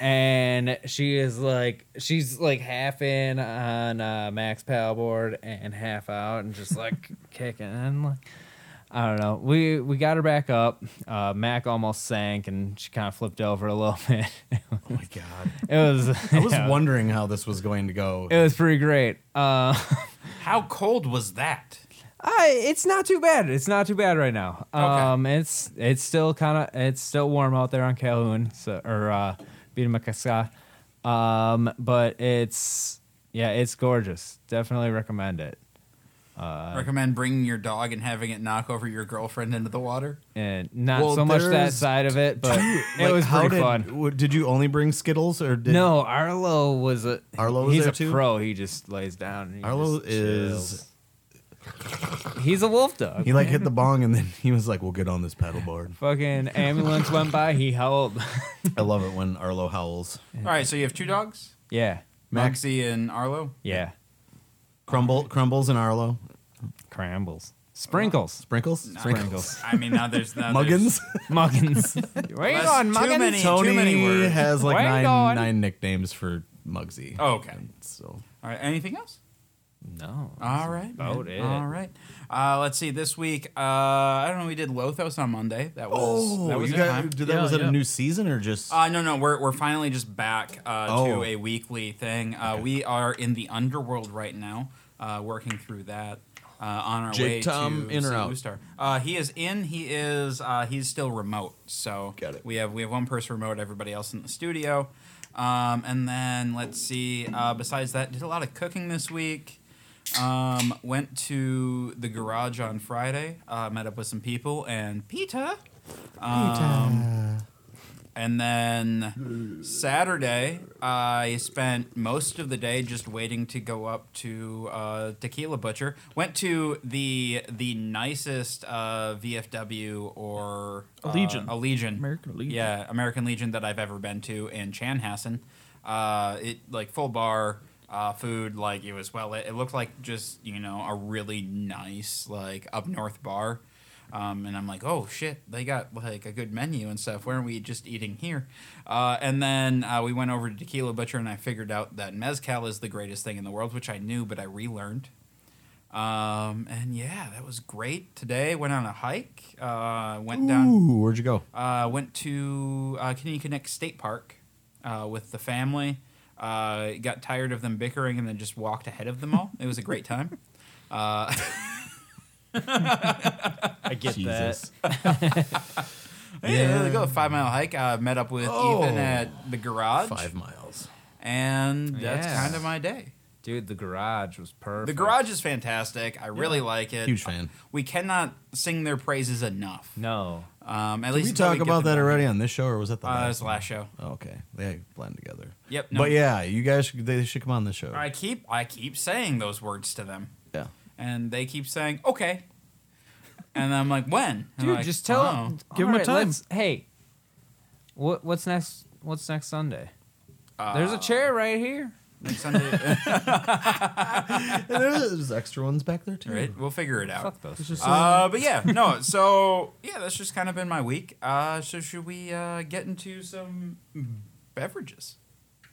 Speaker 2: and she is like she's like half in on uh, Max paddleboard and half out and just like kicking and like I don't know. We we got her back up. Uh, Mac almost sank and she kind of flipped over a little bit.
Speaker 4: Oh my god.
Speaker 2: it was
Speaker 4: I was
Speaker 2: yeah,
Speaker 4: wondering how this was going to go.
Speaker 2: It was pretty great. Uh,
Speaker 3: How cold was that?
Speaker 2: I it's not too bad. It's not too bad right now. Um, it's it's still kind of it's still warm out there on Calhoun so, or uh, Bidamakaska. Um, but it's yeah, it's gorgeous. Definitely recommend it.
Speaker 3: Recommend bringing your dog and having it knock over your girlfriend into the water?
Speaker 2: And not
Speaker 4: Well,
Speaker 2: so much that
Speaker 4: there's
Speaker 2: side of it, but it
Speaker 4: Like,
Speaker 2: was
Speaker 4: how
Speaker 2: pretty
Speaker 4: did,
Speaker 2: fun.
Speaker 4: w- Did you only bring Skittles or did
Speaker 2: no, Arlo was a
Speaker 4: Arlo was
Speaker 2: he's
Speaker 4: there
Speaker 2: a
Speaker 4: too?
Speaker 2: pro. He just lays down. And he
Speaker 4: Arlo
Speaker 2: just
Speaker 4: is
Speaker 2: chills. he's a wolf dog.
Speaker 4: he like hit the bong and then he was like, "We'll get on this paddleboard."
Speaker 2: Fucking ambulance went by. He howled.
Speaker 4: I love it when Arlo howls.
Speaker 3: All right, so you have two dogs?
Speaker 2: yeah,
Speaker 3: Maxie and Arlo?
Speaker 2: yeah.
Speaker 4: Crumble, crumbles, and Arlo
Speaker 2: Crambles, sprinkles,
Speaker 4: sprinkles.
Speaker 2: sprinkles,
Speaker 3: I mean, now there's now
Speaker 4: Muggins.
Speaker 2: muggins. Wait
Speaker 3: That's
Speaker 2: on
Speaker 3: too
Speaker 2: muggins.
Speaker 3: many-
Speaker 4: Tony
Speaker 3: many words.
Speaker 4: has like
Speaker 2: Wait
Speaker 4: nine,
Speaker 2: on.
Speaker 4: nine nicknames for Muggsy.
Speaker 3: Oh, okay.
Speaker 4: So
Speaker 3: All right, anything else?
Speaker 2: No.
Speaker 3: All right.
Speaker 2: about
Speaker 3: man.
Speaker 2: it.
Speaker 3: All right. Uh, let's see. This week, uh, I don't know. We did Lothos on Monday. That was that was
Speaker 4: Oh, you
Speaker 3: it, huh?
Speaker 4: got- did that
Speaker 6: Yeah,
Speaker 4: was it
Speaker 6: yeah.
Speaker 4: a new season or just
Speaker 3: Uh, no, no, we're, we're finally just back uh,
Speaker 4: Oh.
Speaker 3: to a weekly thing. Uh, We are in the underworld right now, uh, working through that uh, on our
Speaker 4: Jake
Speaker 3: way
Speaker 4: Tom,
Speaker 3: to
Speaker 4: in or
Speaker 3: see
Speaker 4: out?
Speaker 3: Ustar. Uh, he is in. He is uh, he's still remote. So
Speaker 4: Got it.
Speaker 3: we have we have one person remote, everybody else in the studio, um, and then let's see. Uh, besides that, did a lot of cooking this week. Um, went to the garage on Friday. Uh, met up with some people and Pita. And then Saturday, I spent most of the day just waiting to go up to uh, Tequila Butcher. Went to the the nicest uh, VFW or uh,
Speaker 6: Legion.
Speaker 3: a Legion,
Speaker 6: American Legion.
Speaker 3: yeah, American Legion that I've ever been to in Chanhassen. Uh, it like full bar uh, food, like it was well. It, it looked like just you know a really nice like up north bar. Um, and I'm like, oh shit, they got like a good menu and stuff. Why aren't we just eating here? Uh, and then uh, we went over to Tequila Butcher, and I figured out that mezcal is the greatest thing in the world, which I knew, but I relearned. Um, and yeah, that was great. Today went on a hike. Uh, went down
Speaker 4: Ooh, where'd you go?
Speaker 3: uh, went to uh, Connecticut State Park uh, with the family. Uh, got tired of them bickering and then just walked ahead of them all. It was a great time.
Speaker 2: I get
Speaker 4: Jesus.
Speaker 3: Hey, there we go. Five mile hike. Uh, met up with
Speaker 4: Oh.
Speaker 3: Ethan at the garage,
Speaker 4: Five miles.
Speaker 3: and that's
Speaker 2: Yeah.
Speaker 3: kind of my day.
Speaker 2: that, dude. The garage was perfect.
Speaker 3: The garage is fantastic. I really like it.
Speaker 4: Huge fan.
Speaker 3: We cannot sing their praises enough.
Speaker 2: No.
Speaker 3: Um, at
Speaker 4: Did
Speaker 3: least
Speaker 4: we
Speaker 3: until
Speaker 4: talk
Speaker 3: get
Speaker 4: about
Speaker 3: them
Speaker 4: that
Speaker 3: going.
Speaker 4: already on this show, or was that the
Speaker 3: Uh, it
Speaker 4: last?
Speaker 3: was the
Speaker 4: one?
Speaker 3: last show.
Speaker 4: Oh, okay, they blend together.
Speaker 3: Yep, no.
Speaker 4: But yeah, you guys, should, they should come on the show.
Speaker 3: I keep I keep saying those words to them,
Speaker 4: Yeah.
Speaker 3: and they keep saying okay. And I'm like, when? And I'm
Speaker 2: Dude,
Speaker 3: like,
Speaker 2: just tell
Speaker 3: "Oh."
Speaker 2: him.
Speaker 6: Give him a time.
Speaker 2: Hey, what what's next? What's next Sunday? There's a chair right here.
Speaker 3: Next Sunday,
Speaker 4: And there's extra ones back there too.
Speaker 3: right? We'll figure it out.
Speaker 2: Fuck those.
Speaker 3: Uh, but yeah, no. So yeah, that's just kind of been my week. Uh, so should we uh, get into some beverages?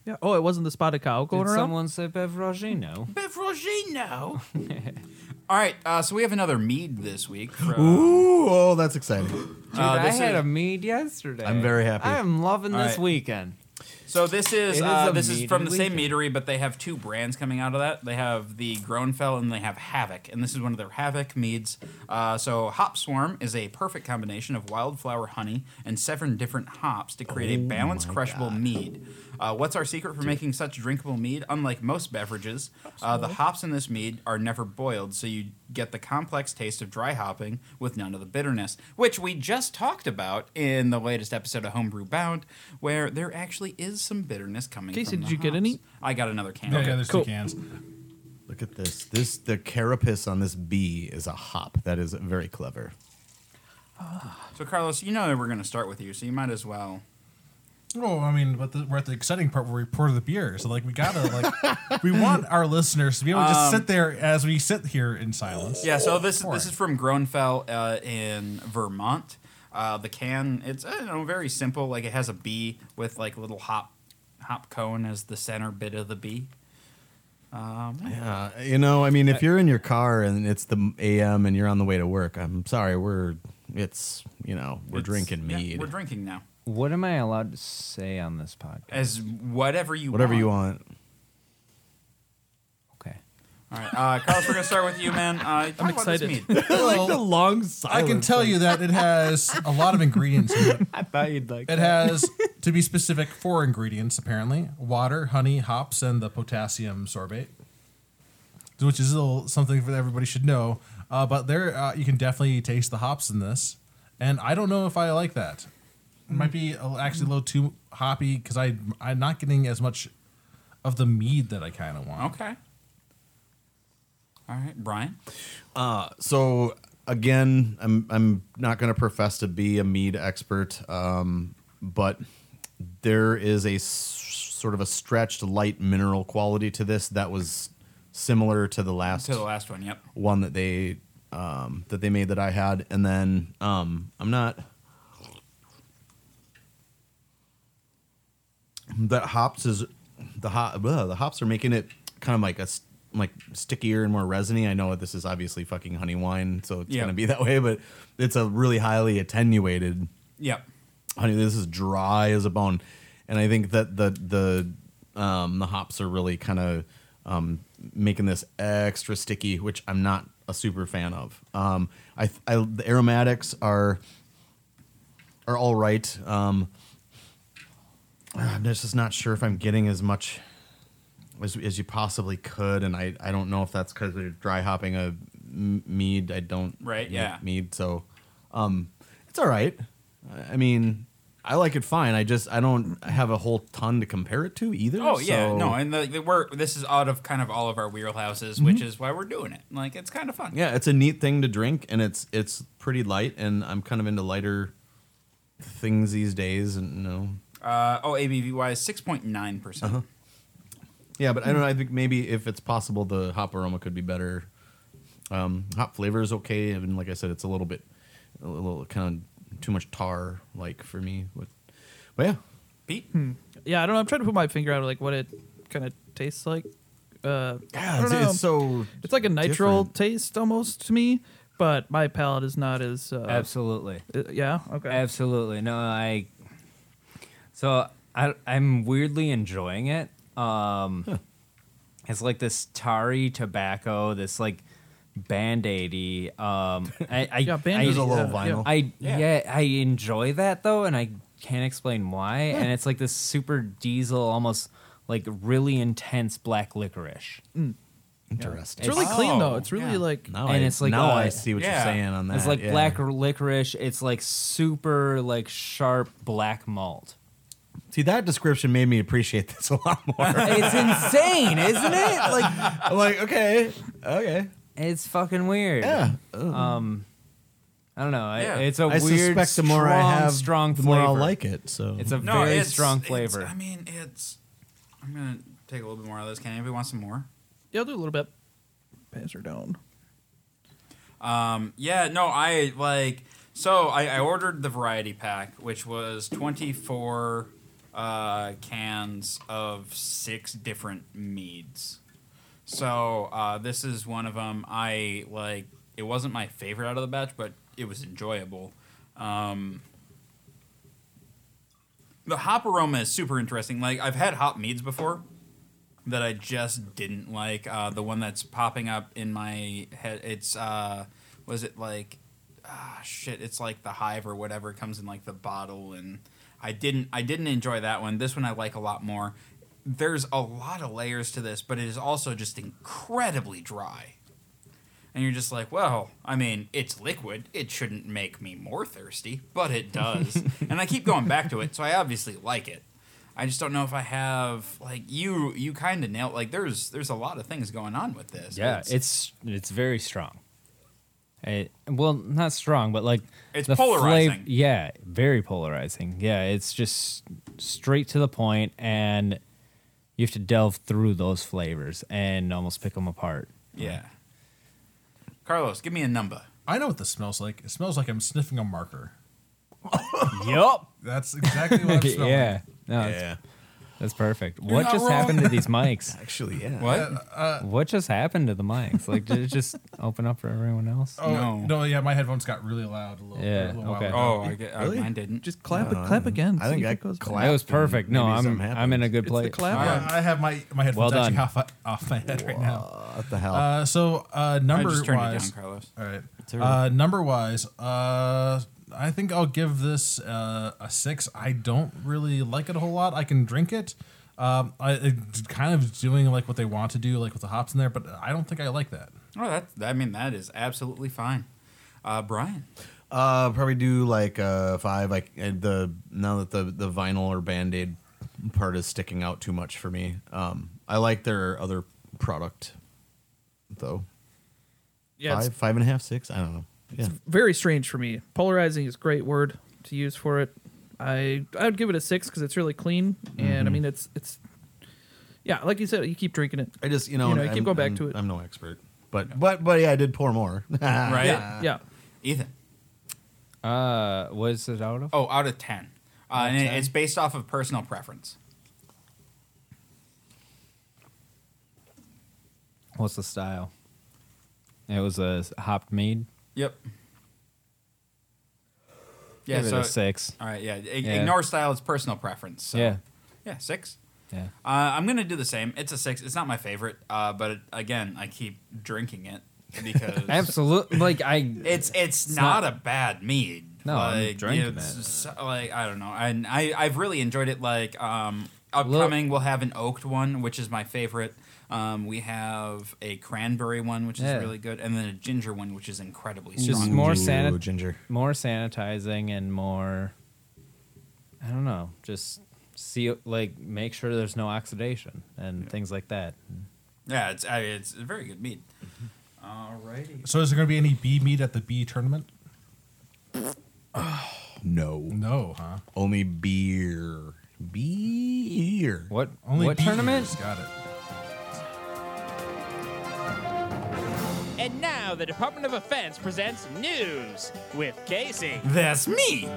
Speaker 6: Yeah. Oh, it wasn't the spotted cow going
Speaker 2: Did
Speaker 6: around.
Speaker 2: someone say Bevrogino?
Speaker 3: Beveragino. All right. Uh, so we have another mead this week. From,
Speaker 4: Ooh, oh, that's exciting.
Speaker 2: Dude,
Speaker 3: Uh,
Speaker 2: I
Speaker 3: this
Speaker 2: had
Speaker 3: is-
Speaker 2: a mead yesterday.
Speaker 4: I'm very happy.
Speaker 2: I am loving
Speaker 3: All
Speaker 2: this
Speaker 3: right.
Speaker 2: weekend.
Speaker 3: so this
Speaker 2: It
Speaker 3: is,
Speaker 2: is
Speaker 3: uh,
Speaker 2: a
Speaker 3: this is
Speaker 2: mead
Speaker 3: from the
Speaker 2: and
Speaker 3: same meadery, but they have two brands coming out of that. They have the Groenfell and they have Havoc, and this is one of their Havoc meads. Uh, so Hop Swarm is a perfect combination of wildflower honey and seven different hops to create
Speaker 6: Oh
Speaker 3: a balanced, crushable mead. Uh, what's our secret for making such drinkable mead? Unlike most beverages, uh, the hops in this mead are never boiled, so you get the complex taste of dry hopping with none of the bitterness, which we just talked about in the latest episode of Homebrew Bound, where there actually is some bitterness coming.
Speaker 6: Casey,
Speaker 3: from
Speaker 6: did
Speaker 3: the
Speaker 6: you get
Speaker 3: hops.
Speaker 6: any?
Speaker 3: I got another can.
Speaker 5: Yeah, yeah, there's
Speaker 6: cool.
Speaker 5: two cans.
Speaker 4: Look at this. This the carapace on this bee is a hop. That is very clever.
Speaker 3: So, Carlos, you know that we're going to start with you, so you might as well.
Speaker 5: Well, I mean, but the, we're at the exciting part where we pour the beer. So, like, we gotta like, we want our listeners to be able to just
Speaker 6: Um,
Speaker 5: sit there as we sit here in silence.
Speaker 3: Yeah, so this
Speaker 5: Pour
Speaker 3: this
Speaker 5: it.
Speaker 3: is from Groenfell uh, in Vermont. Uh, the can it's I don't know very simple. Like it has a bee with like little hop hop cone as the center bit of the bee.
Speaker 4: Yeah, you know, I mean, if you're in your car and it's the AM and you're on the way to work, I'm sorry, we're it's you know we're
Speaker 3: It's-
Speaker 4: drinking
Speaker 3: yeah,
Speaker 4: mead,
Speaker 3: we're drinking now.
Speaker 2: What am I allowed to say on this podcast?
Speaker 3: As whatever you
Speaker 4: whatever
Speaker 3: want.
Speaker 4: you want.
Speaker 2: Okay.
Speaker 3: All right, uh, Carlos, we're gonna start with you, man. Uh, I'm
Speaker 6: excited.
Speaker 4: like the long
Speaker 5: I
Speaker 4: silence.
Speaker 5: can tell you that it has a lot of ingredients. in it.
Speaker 2: I thought you'd like
Speaker 5: It has, to be specific, four ingredients apparently: water, honey, hops, and the potassium sorbate, which is a little something that everybody should know. Uh, but there, uh, you can definitely taste the hops in this, and I don't know if I like that. It might be a- actually a little too hoppy because I I'm not getting as much of the mead that I kind of want.
Speaker 3: Okay. All right, Brian.
Speaker 4: Uh, so again, I'm I'm not going to profess to be a mead expert, um, but there is a s- sort of a stretched light mineral quality to this that was similar to the last
Speaker 3: To the last one. Yep.
Speaker 4: one that they um, that they made that I had, and then um, I'm not that hops is the hop blah, the hops are making it kind of like a s- like stickier and more resiny. I know this is obviously fucking honey wine, so it's
Speaker 3: Yeah.
Speaker 4: gonna be that way, but it's a really highly attenuated
Speaker 3: Yep.
Speaker 4: honey. This is dry as a bone, and I think that the the um, the hops are really kind of um, making this extra sticky, which I'm not a super fan of. Um, I, th- I the aromatics are are all right. Um, I'm just just not sure if I'm getting as much as, as you possibly could, and I, I don't know if that's because they're dry hopping a m- mead. I don't
Speaker 3: Right,
Speaker 4: make
Speaker 3: yeah.
Speaker 4: mead, so um, it's all right. I- I mean, I like it fine. I just I don't have a whole ton to compare it to either.
Speaker 3: Oh yeah,
Speaker 4: so-
Speaker 3: no, and the, the, we're this is out of kind of all of our wheelhouses, which is why we're doing it. Like it's kind of fun.
Speaker 4: Mm-hmm. yeah, it's a neat thing to drink, and it's it's pretty light, and I'm kind of into lighter things these days, and you know.
Speaker 3: Uh, oh, ABV wise, six point nine
Speaker 4: Uh-huh.
Speaker 3: percent.
Speaker 4: Yeah, but I don't know. I think maybe if it's possible, the hop aroma could be better. Um, hop flavor is okay, and like I said, it's a little bit, a little kind of too much tar like for me. But, but yeah,
Speaker 3: Pete,
Speaker 6: Yeah, I don't know. I'm trying to put my finger out like what it kind of tastes like. Uh, I
Speaker 4: yeah,
Speaker 6: don't
Speaker 4: it's,
Speaker 6: know.
Speaker 4: it's so
Speaker 6: It's like a nitrile
Speaker 4: different.
Speaker 6: taste almost to me, but my palate is not as. Uh,
Speaker 2: Absolutely.
Speaker 6: uh, yeah. Okay.
Speaker 2: Absolutely. No, I. So I, I'm weirdly enjoying it. Um, It's like this tarry tobacco, this like band aidy. Um, I, I,
Speaker 6: yeah,
Speaker 2: I,
Speaker 6: Band-Aid,
Speaker 4: There's a little
Speaker 6: yeah, yeah.
Speaker 4: vinyl.
Speaker 2: I
Speaker 3: Yeah.
Speaker 2: yeah. I enjoy that though, and I can't explain why. And it's like this super diesel, almost like really intense black licorice.
Speaker 4: interesting.
Speaker 6: It's really
Speaker 3: Oh,
Speaker 6: clean though. It's really
Speaker 3: yeah.
Speaker 6: like
Speaker 4: now
Speaker 2: and
Speaker 4: I,
Speaker 2: it's like,
Speaker 4: now
Speaker 2: uh,
Speaker 4: I see what
Speaker 3: yeah.
Speaker 4: you're saying on that.
Speaker 2: it's like
Speaker 4: yeah.
Speaker 2: black licorice. It's like super like sharp black malt.
Speaker 4: See that description made me appreciate this a lot more.
Speaker 2: It's insane, isn't it? Like
Speaker 4: I'm like, okay, okay,
Speaker 2: it's fucking weird.
Speaker 4: yeah.
Speaker 2: I don't know. I-
Speaker 3: Yeah.
Speaker 2: It's a
Speaker 4: I
Speaker 2: weird.
Speaker 4: suspect the more
Speaker 2: strong,
Speaker 4: I have,
Speaker 2: strong
Speaker 4: the
Speaker 2: flavor.
Speaker 4: more I'll like it. So
Speaker 2: It's a
Speaker 3: no,
Speaker 2: very
Speaker 3: it's,
Speaker 2: strong
Speaker 3: it's-
Speaker 2: flavor.
Speaker 3: I mean, it's. I'm gonna take a little bit more out of this. Can anybody want some more?
Speaker 6: yeah, I'll do a little bit. Pass her down.
Speaker 3: Um, yeah, no, I like. So I, I ordered the variety pack, which was 24 uh, cans of six different meads. So uh, this is one of them. I like. It wasn't my favorite out of the batch, but it was enjoyable. Um, the hop aroma is super interesting. Like I've had hop meads before, that I just didn't like. Uh, the one that's popping up in my head. It's uh, was it like, ah, shit. It's like the hive or whatever comes in like the bottle, and I didn't. I didn't enjoy that one. This one I like a lot more. There's a lot of layers to this, but it is also just incredibly dry. And you're just like, well, I mean, it's liquid. It shouldn't make me more thirsty, but it does. and I keep going back to it, so I obviously like it. I just don't know if I have like you. You kind of nailed like there's there's a lot of things going on with this.
Speaker 2: yeah, it's it's very strong. It, well, not strong, but like
Speaker 3: It's
Speaker 2: the flav-
Speaker 3: polarizing.
Speaker 2: yeah, very polarizing. Yeah, it's just straight to the point, and you have to delve through those flavors and almost pick them apart.
Speaker 3: Yeah. Carlos, give me a number.
Speaker 5: I know what this smells like. It smells like I'm sniffing a marker.
Speaker 2: Yup.
Speaker 5: That's exactly what I'm smelling.
Speaker 2: yeah. No, That's,
Speaker 4: Yeah.
Speaker 2: that's perfect. what
Speaker 3: not
Speaker 2: just
Speaker 3: wrong.
Speaker 2: happened to these mics?
Speaker 4: Actually, yeah.
Speaker 3: What?
Speaker 6: uh,
Speaker 2: What just happened to the mics? Like, did it just open up for everyone else?
Speaker 5: Oh,
Speaker 3: No.
Speaker 5: no. yeah, my headphones got really loud a little,
Speaker 2: Yeah,
Speaker 5: a little
Speaker 2: okay.
Speaker 5: while ago.
Speaker 3: oh, I get, uh, mine didn't.
Speaker 6: Just clap it, clap again.
Speaker 4: I
Speaker 6: see
Speaker 4: think
Speaker 6: if
Speaker 4: I
Speaker 6: it goes back.
Speaker 4: collapsed.
Speaker 2: That was perfect. No,
Speaker 4: Maybe
Speaker 2: I'm
Speaker 4: something
Speaker 2: I'm in a good
Speaker 6: It's the
Speaker 2: place.
Speaker 6: clap.
Speaker 3: All
Speaker 5: Yeah,
Speaker 3: right.
Speaker 5: I have my, my headphones
Speaker 2: Well
Speaker 5: actually
Speaker 2: done.
Speaker 5: off, off my head right now.
Speaker 4: What the hell?
Speaker 5: Uh, so
Speaker 3: I
Speaker 5: uh, number
Speaker 3: just turned
Speaker 5: wise,
Speaker 3: it down, Carlos.
Speaker 5: all right.
Speaker 4: all right.
Speaker 5: Uh, number wise, uh, I think I'll give this uh, a six. I don't really like it a whole lot. I can drink it. Um, I it's kind of doing like what they want to do, like with the hops in there, but I don't think I like that.
Speaker 3: Oh, that, I mean, that is absolutely fine. Uh, Brian.
Speaker 4: Uh, probably do like uh five. Like uh, the now that the the vinyl or band aid part is sticking out too much for me. Um, I like their other product though.
Speaker 6: yeah, it's
Speaker 4: five, five and a half, six. I don't know. Yeah,
Speaker 6: very strange for me. Polarizing is a great word to use for it. I I would give it a six because it's really clean, and I
Speaker 4: Mm-hmm.
Speaker 6: mean it's it's yeah, like you said, you keep drinking it.
Speaker 4: I just you know,
Speaker 6: You know, you
Speaker 4: I'm-
Speaker 6: keep going back
Speaker 4: I'm-
Speaker 6: to it.
Speaker 4: I'm no expert, but but but yeah, I did pour more.
Speaker 3: Right?
Speaker 6: yeah,
Speaker 3: Ethan.
Speaker 2: Uh, what is it out of?
Speaker 3: Oh, out of 10. Uh, and it- it's based off of personal preference.
Speaker 2: What's the style? It was a hopped mead.
Speaker 3: Yep. Yeah,
Speaker 2: Give
Speaker 3: so.
Speaker 2: it a six.
Speaker 3: All right, yeah. I-
Speaker 2: Yeah.
Speaker 3: Ignore style, it's personal preference. So.
Speaker 2: Yeah,
Speaker 3: Yeah, six.
Speaker 2: yeah.
Speaker 3: Uh, I'm gonna do the same. It's a six. It's not my favorite, uh, but it, again, I keep drinking it because
Speaker 2: Absolutely. Like I.
Speaker 3: it's it's,
Speaker 2: not-
Speaker 3: not, a bad mead.
Speaker 2: No, I'm
Speaker 3: like,
Speaker 2: drinking
Speaker 3: it's
Speaker 2: it.
Speaker 3: so- like I don't know, and I I've really enjoyed it. Like um,
Speaker 2: Look-
Speaker 3: upcoming, we'll have an oaked one, which is my favorite. Um, we have a cranberry one, which
Speaker 2: Yeah.
Speaker 3: is really good, and then a ginger one, which is incredibly strong.
Speaker 2: Just more
Speaker 4: Ooh,
Speaker 2: sanit-
Speaker 4: ginger.
Speaker 2: more sanitizing and more. I don't know. Just see, like, make sure there's no oxidation and things like that.
Speaker 3: yeah, it's I, it's a very good mead. Alrighty.
Speaker 5: So is there going to be any B meet at the B tournament?
Speaker 4: No,
Speaker 5: No, huh?
Speaker 4: only beer. Beer.
Speaker 2: What?
Speaker 5: Only
Speaker 2: what
Speaker 5: B
Speaker 2: tournament?
Speaker 5: meeters. Got it.
Speaker 7: And now the Department of Defense presents news with Casey.
Speaker 3: That's me.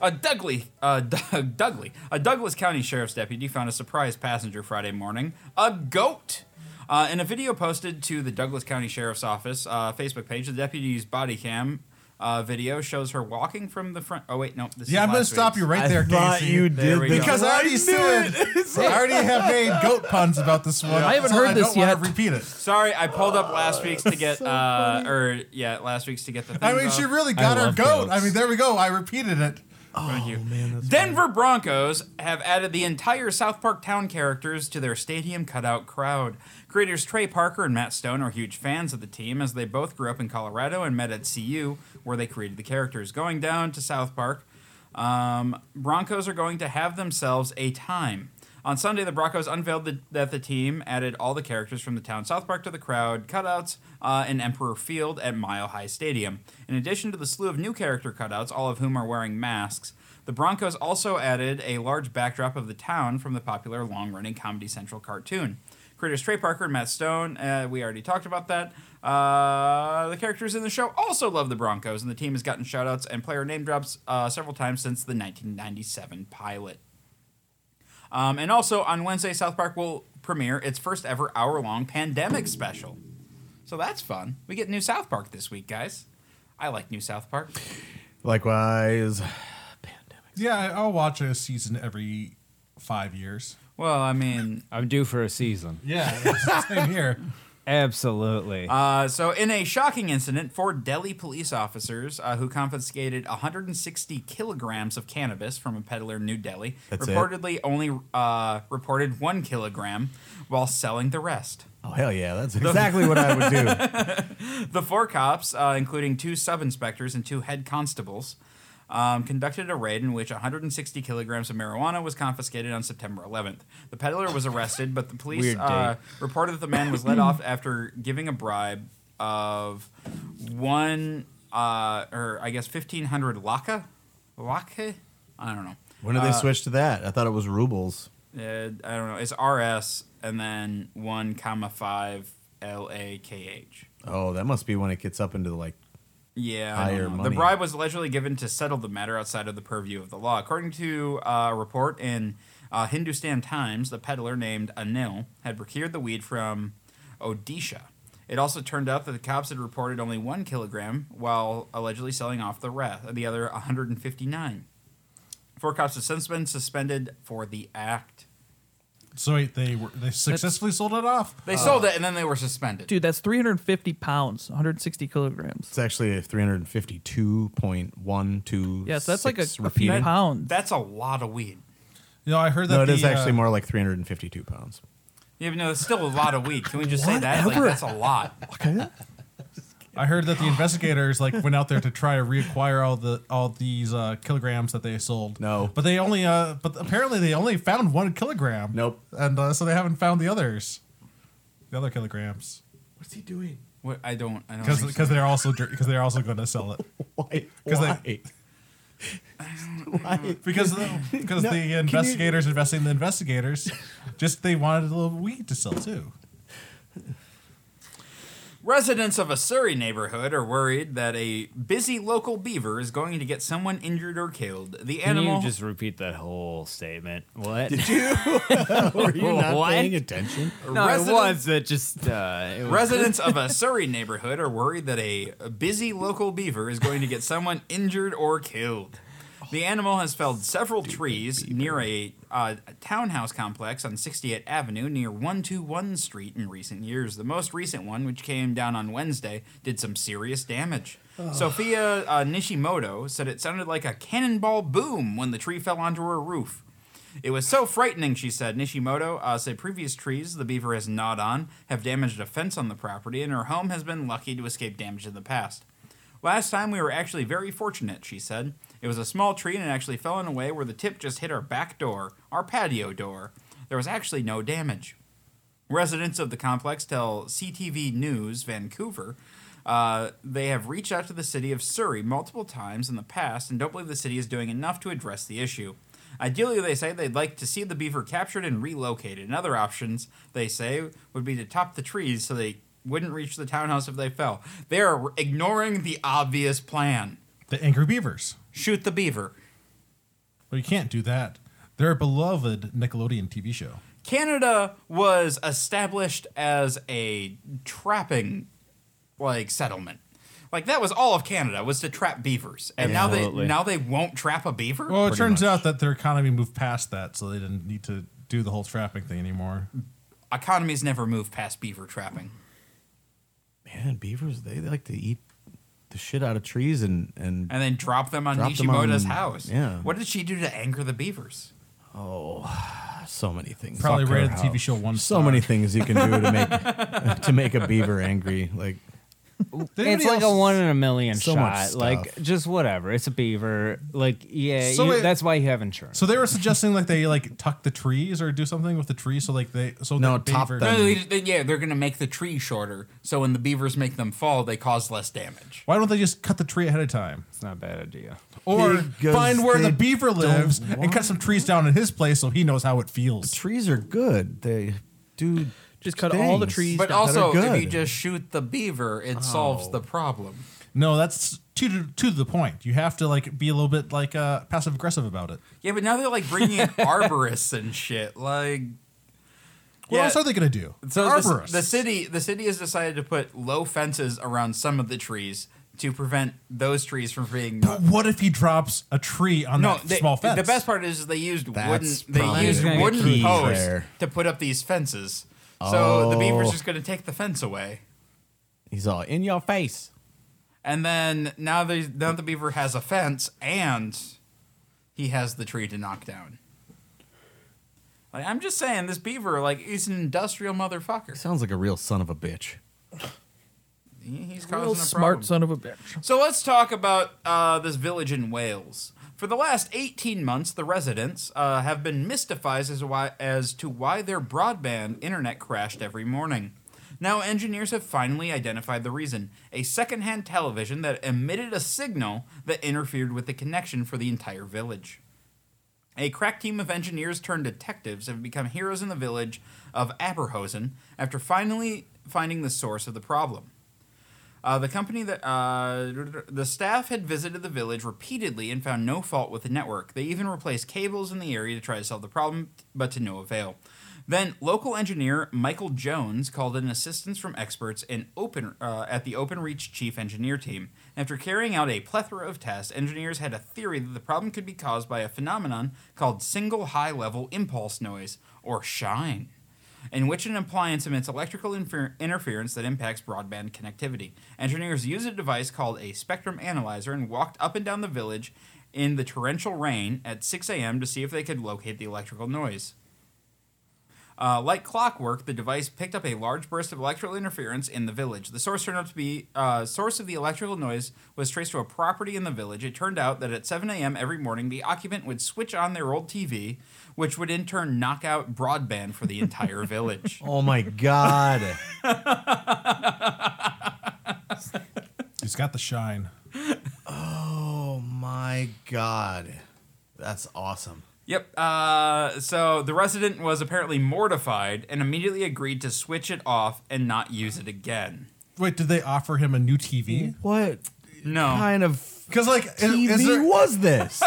Speaker 3: A Dougley, uh, Doug, Dougley, a Douglas County Sheriff's deputy found a surprise passenger Friday morning, a goat. Uh, in a video posted to the Douglas County Sheriff's Office uh, Facebook page, the deputy's body cam uh, video shows her walking from the front. Oh wait, no, this
Speaker 5: Yeah,
Speaker 3: is
Speaker 5: I'm going
Speaker 3: last
Speaker 5: to stop
Speaker 3: week's.
Speaker 5: you right
Speaker 4: I
Speaker 5: there,
Speaker 4: thought
Speaker 5: Casey.
Speaker 4: you
Speaker 3: There
Speaker 4: did
Speaker 3: we go.
Speaker 5: Because I already said, I already have made goat puns about this one.
Speaker 6: I haven't
Speaker 5: so
Speaker 6: heard
Speaker 5: I
Speaker 6: this
Speaker 5: don't wanna
Speaker 6: yet.
Speaker 5: Repeat it.
Speaker 3: Sorry, I pulled up last week's to get, uh, or yeah, last week's to get the. Thing
Speaker 5: Oh, I mean, she really
Speaker 2: I
Speaker 5: got her
Speaker 2: love
Speaker 5: goat.
Speaker 2: goats.
Speaker 5: I mean, there we go. I repeated it.
Speaker 3: Denver Broncos have added the entire South Park town characters to their stadium cutout crowd. Creators Trey Parker and Matt Stone are huge fans of the team as they both grew up in Colorado and met at CU, where they created the characters. Going down to South Park, um, Broncos are going to have themselves a time. On Sunday, the Broncos unveiled the, that the team added all the characters from the town South Park to the crowd cutouts uh, in Emperor Field at Mile High Stadium. In addition to the slew of new character cutouts, all of whom are wearing masks, the Broncos also added a large backdrop of the town from the popular long running Comedy Central cartoon. Creators Trey Parker and Matt Stone, uh, we already talked about that. Uh, the characters in the show also love the Broncos, and the team has gotten shoutouts and player name drops uh, several times since the 1997 pilot. Um, and also on Wednesday, South Park will premiere its first ever hour long pandemic special. So that's fun. We get new South Park this week, guys. I like new South Park.
Speaker 4: Likewise.
Speaker 5: Yeah, I- I'll watch a season every five years.
Speaker 3: Well, I mean,
Speaker 2: I'm due for a season.
Speaker 5: Yeah, it's the same here.
Speaker 2: Absolutely.
Speaker 3: Uh, so, in a shocking incident, four Delhi police officers uh, who confiscated 160 kilograms of cannabis from a peddler in New Delhi
Speaker 4: That's it?
Speaker 3: reportedly only uh, reported one kilogram while selling the rest.
Speaker 4: Oh hell yeah! That's exactly what I would do.
Speaker 3: The four cops, uh, including two sub inspectors and two head constables, um, conducted a raid in which 160 kilograms of marijuana was confiscated on September 11th. The peddler was arrested, but the police
Speaker 2: Weird date.
Speaker 3: uh, reported that the man was let off after giving a bribe of one, uh, or I guess 1,500 laka? Laka? I don't know.
Speaker 4: When did they switch to that? I thought it was rubles.
Speaker 3: Uh, I don't know. It's RS and then 1, comma 5 LAKH.
Speaker 4: Oh, that must be when it gets up into like.
Speaker 3: Yeah, I don't
Speaker 4: higher
Speaker 3: know.
Speaker 4: money.
Speaker 3: the bribe was allegedly given to settle the matter outside of the purview of the law, according to uh, a report in uh, Hindustan Times. The peddler named Anil had procured the weed from Odisha. It also turned out that the cops had reported only one kilogram, while allegedly selling off the rest, the other 159. Four cops have since been suspended for the act.
Speaker 5: So wait, they were they successfully sold it off.
Speaker 3: They sold it and then they were suspended.
Speaker 6: Dude, that's 350 pounds, 160 kilograms.
Speaker 4: It's actually a 352.126.
Speaker 6: Yeah, so that's like a, a few
Speaker 4: repeated.
Speaker 6: pounds.
Speaker 3: That's a lot of weed.
Speaker 5: You know, I heard that
Speaker 4: No, it
Speaker 5: the,
Speaker 4: is actually
Speaker 5: uh,
Speaker 4: more like 352 pounds.
Speaker 3: Yeah, but no, it's still a lot of weed. Can we just say that? Like, that's a lot.
Speaker 5: I heard that the investigators like went out there to try to reacquire all the all these uh, kilograms that they sold.
Speaker 4: No.
Speaker 5: but they only uh, but apparently they only found one kilogram.
Speaker 4: Nope.
Speaker 5: and uh, so they haven't found the others, the other kilograms,
Speaker 4: What's he doing?
Speaker 3: What, I don't. I don't.
Speaker 5: because
Speaker 3: think so.
Speaker 5: they're also because they're also going to sell it
Speaker 4: Why?
Speaker 5: 'Cause
Speaker 4: Why?
Speaker 5: they-
Speaker 4: Why?
Speaker 5: because because
Speaker 4: No, can
Speaker 5: the
Speaker 4: you-
Speaker 5: investigators investigating the investigators just they wanted a little weed to sell too.
Speaker 3: Residents of a Surrey neighborhood are worried that a busy local beaver is going to get someone injured or killed. The
Speaker 2: Can
Speaker 3: animal.
Speaker 2: you just repeat that whole statement? What?
Speaker 4: Were you not
Speaker 2: What?
Speaker 4: paying attention?
Speaker 2: no,
Speaker 3: residents,
Speaker 2: it was. It just uh, it was-
Speaker 3: residents of a Surrey neighborhood are worried that a busy local beaver is going to get someone injured or killed.
Speaker 2: Oh,
Speaker 3: The animal has felled several trees near a, uh, a townhouse complex on 68th Avenue near 121 Street in recent years. The most recent one, which came down on Wednesday, did some serious damage. Sophia uh, Nishimoto said it sounded like a cannonball boom when the tree fell onto her roof. It was so frightening, she said. Nishimoto uh, said previous trees the beaver has gnawed on have damaged a fence on the property, and her home has been lucky to escape damage in the past. Last time we were actually very fortunate, she said. It was a small tree and it actually fell in a way where the tip just hit our back door, our patio door. There was actually no damage. Residents of the complex tell CTV News Vancouver uh, they have reached out to the city of Surrey multiple times in the past and don't believe the city is doing enough to address the issue. Ideally, they say they'd like to see the beaver captured and relocated. And other options, they say, would be to top the trees so they wouldn't reach the townhouse if they fell. They are ignoring the obvious plan
Speaker 5: The angry beavers.
Speaker 3: shoot the beaver.
Speaker 5: Well, you can't do that. They're a beloved Nickelodeon TV show.
Speaker 3: Canada was established as a trapping like settlement. Like that was all of Canada was to trap beavers. And
Speaker 2: Absolutely.
Speaker 3: now they now they won't trap a beaver?
Speaker 5: Well, it
Speaker 4: Pretty
Speaker 5: turns
Speaker 4: much.
Speaker 5: out that their economy moved past that, so they didn't need to do the whole trapping thing anymore.
Speaker 3: Economies never move past beaver trapping.
Speaker 4: Man, beavers, they, like to eat the shit out of trees and, and
Speaker 3: And then drop them on
Speaker 4: Drop them
Speaker 3: Nishimoto's
Speaker 4: on-
Speaker 3: house.
Speaker 4: yeah.
Speaker 3: What did she do to anger the beavers?
Speaker 4: so many things.
Speaker 5: Probably
Speaker 4: Fuck her
Speaker 5: rated the TV
Speaker 4: house.
Speaker 5: show one
Speaker 4: So
Speaker 5: star.
Speaker 4: many things you can do to make to make a beaver angry. Like
Speaker 5: Did
Speaker 2: It's
Speaker 5: anybody
Speaker 2: like a
Speaker 5: else-
Speaker 2: one in a million
Speaker 4: So much
Speaker 2: shot.
Speaker 4: stuff.
Speaker 2: Like just whatever. It's a beaver. Like yeah,
Speaker 5: So
Speaker 2: you-
Speaker 5: it-
Speaker 2: that's why you have insurance.
Speaker 5: So they were suggesting like they like tuck the trees or do something with the trees, so like they so
Speaker 4: No,
Speaker 5: the
Speaker 4: top
Speaker 5: beaver-
Speaker 4: them.
Speaker 3: No, they- they- yeah, they're gonna make the tree shorter, so when the beavers make them fall, they cause less damage.
Speaker 5: Why don't they just cut the tree ahead of time,
Speaker 2: it's not a bad idea.
Speaker 5: or
Speaker 4: Because
Speaker 5: find where the
Speaker 4: they
Speaker 5: beaver lives and
Speaker 4: want-
Speaker 5: cut some trees down in his place so he knows how it feels?
Speaker 4: trees are good. They do
Speaker 6: Just cut all the
Speaker 4: things.
Speaker 6: trees
Speaker 3: But
Speaker 6: That are
Speaker 3: also, if you
Speaker 4: good. Oh.
Speaker 3: just shoot the beaver, it solves the problem.
Speaker 5: No, that's too to the point. You have to like be a little bit like uh, passive aggressive about it.
Speaker 3: Yeah, but now they're like bringing in arborists and shit. Like,
Speaker 5: What
Speaker 3: Yeah.
Speaker 5: else are they gonna do?
Speaker 3: so the,
Speaker 5: Arborists.
Speaker 3: the city, the city has decided to put low fences around some of the trees to prevent those trees from being.
Speaker 5: But what if he drops a tree on
Speaker 3: no,
Speaker 5: that
Speaker 3: they-
Speaker 5: small fence?
Speaker 3: the best part is they used
Speaker 4: That's
Speaker 3: wooden. They
Speaker 4: probably
Speaker 3: used
Speaker 2: gonna get
Speaker 3: wooden
Speaker 2: key
Speaker 3: posts
Speaker 4: there.
Speaker 3: to put up these fences. So the
Speaker 4: Oh.
Speaker 3: beaver's just going to take the fence away,
Speaker 4: He's all in your face.
Speaker 3: and then now they now the beaver has a fence and he has the tree to knock down. Like I'm just saying, this beaver like he's an industrial motherfucker.
Speaker 4: Sounds like a real son of a bitch.
Speaker 3: he- he's causing
Speaker 6: Real
Speaker 3: a
Speaker 6: smart
Speaker 3: problem.
Speaker 6: son of a bitch.
Speaker 3: So let's talk about uh, this village in Wales. For the last 18 months, the residents uh, have been mystified as, why, as to why their broadband internet crashed every morning. Now, engineers have finally identified the reason a secondhand television that emitted a signal that interfered with the connection for the entire village. A crack team of engineers turned detectives have become heroes in the village of Aberhosen after finally finding the source of the problem. Uh, the company that uh, the staff had visited the village repeatedly and found no fault with the network. They even replaced cables in the area to try to solve the problem, but to no avail. Then local engineer Michael Jones called in assistance from experts in open uh, at the OpenReach chief engineer team. After carrying out a plethora of tests, engineers had a theory that the problem could be caused by a phenomenon called single high-level impulse noise or shine in which an appliance emits electrical infer- interference that impacts broadband connectivity. Engineers used a device called a spectrum analyzer and walked up and down the village in the torrential rain at 6 a.m. to see if they could locate the electrical noise. Uh, like clockwork, the device picked up a large burst of electrical interference in the village. The source turned out to be uh, source of the electrical noise was traced to a property in the village. It turned out that at 7 a.m. every morning, the occupant would switch on their old TV, which would in turn knock out broadband for the entire village.
Speaker 4: Oh my god.
Speaker 5: He's got the shine.
Speaker 4: oh my god. That's awesome.
Speaker 3: Yep. Uh, so the resident was apparently mortified and immediately agreed to switch it off and not use it again.
Speaker 5: Wait, did they offer him a new TV?
Speaker 4: What
Speaker 3: No.
Speaker 4: kind of
Speaker 5: Because like, is-
Speaker 4: TV
Speaker 5: is there-
Speaker 4: was this?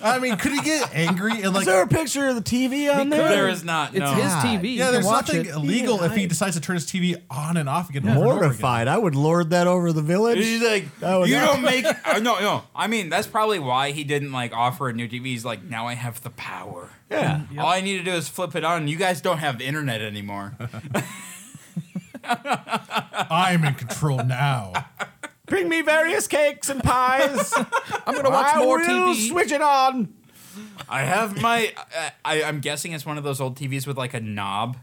Speaker 5: I mean, could he get angry and
Speaker 4: is
Speaker 5: like?
Speaker 4: there a picture of the TV on there?
Speaker 3: There is not.
Speaker 6: It's
Speaker 3: No.
Speaker 6: his
Speaker 4: God.
Speaker 6: TV.
Speaker 5: yeah,
Speaker 6: you can
Speaker 5: there's
Speaker 6: watch
Speaker 5: nothing
Speaker 6: it.
Speaker 5: illegal
Speaker 4: Yeah,
Speaker 5: if he
Speaker 4: I-
Speaker 5: decides to turn his TV on and off again. over and over again.
Speaker 4: Mortified. I would lord that over the village.
Speaker 3: He's like,
Speaker 4: That was
Speaker 3: you don't
Speaker 4: awesome."
Speaker 3: make. Uh, no, no. I mean, that's probably why he didn't like offer a new TV. He's like, now I have the power.
Speaker 4: yeah.
Speaker 3: All I need to do is flip it on. You guys don't have internet anymore.
Speaker 5: I'm in control now.
Speaker 4: Bring me various cakes and pies.
Speaker 6: I'm gonna watch more
Speaker 4: will
Speaker 6: TV.
Speaker 4: Switch it on.
Speaker 3: I have my. I, I, I'm guessing it's one of those old TVs with like a knob,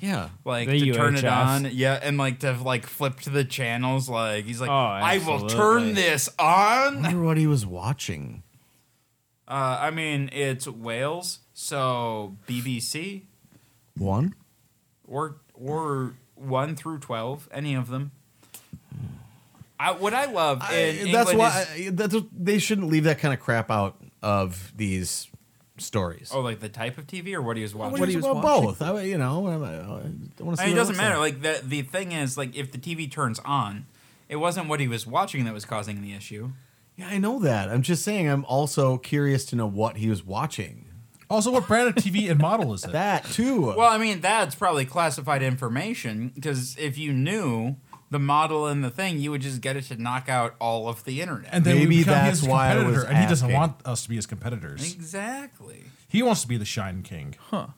Speaker 4: Yeah.
Speaker 3: like
Speaker 2: The
Speaker 3: to turn it
Speaker 2: UHFs.
Speaker 3: on. Yeah, and like to like flip to the channels. Like he's like,
Speaker 2: Oh,
Speaker 3: I will
Speaker 2: absolutely.
Speaker 3: turn this on.
Speaker 4: wonder what he was watching.
Speaker 3: Uh, I mean, it's Wales, so BBC
Speaker 4: One.
Speaker 3: or or one through twelve, any of them. I, what I love in
Speaker 4: I- that's
Speaker 3: England
Speaker 4: why
Speaker 3: is-
Speaker 4: I- that's what- they shouldn't leave that kind of crap out of these stories.
Speaker 3: oh, like the type of TV or what he was watching.
Speaker 6: What he was
Speaker 4: well,
Speaker 6: watching.
Speaker 4: both. I, you know, I, I want to see.
Speaker 3: I mean,
Speaker 4: what
Speaker 3: it doesn't
Speaker 4: looks
Speaker 3: matter.
Speaker 4: Like.
Speaker 3: Like the the thing is, like if the TV turns on, it wasn't what he was watching that was causing the issue.
Speaker 4: Yeah, I know that. I'm just saying. I'm also curious to know what he was watching.
Speaker 5: Also, what brand of TV and model is it?
Speaker 4: That too.
Speaker 3: Well, I mean, that's probably classified information because if you knew the model and the thing, you would just get it to knock out all of the internet.
Speaker 5: and then
Speaker 4: Maybe
Speaker 5: we become
Speaker 4: that's
Speaker 5: his
Speaker 4: why I
Speaker 5: competitor,
Speaker 4: was
Speaker 5: and he doesn't
Speaker 4: asking.
Speaker 5: want us to be his competitors.
Speaker 3: exactly.
Speaker 5: He wants to be the Shine King.
Speaker 3: Oh.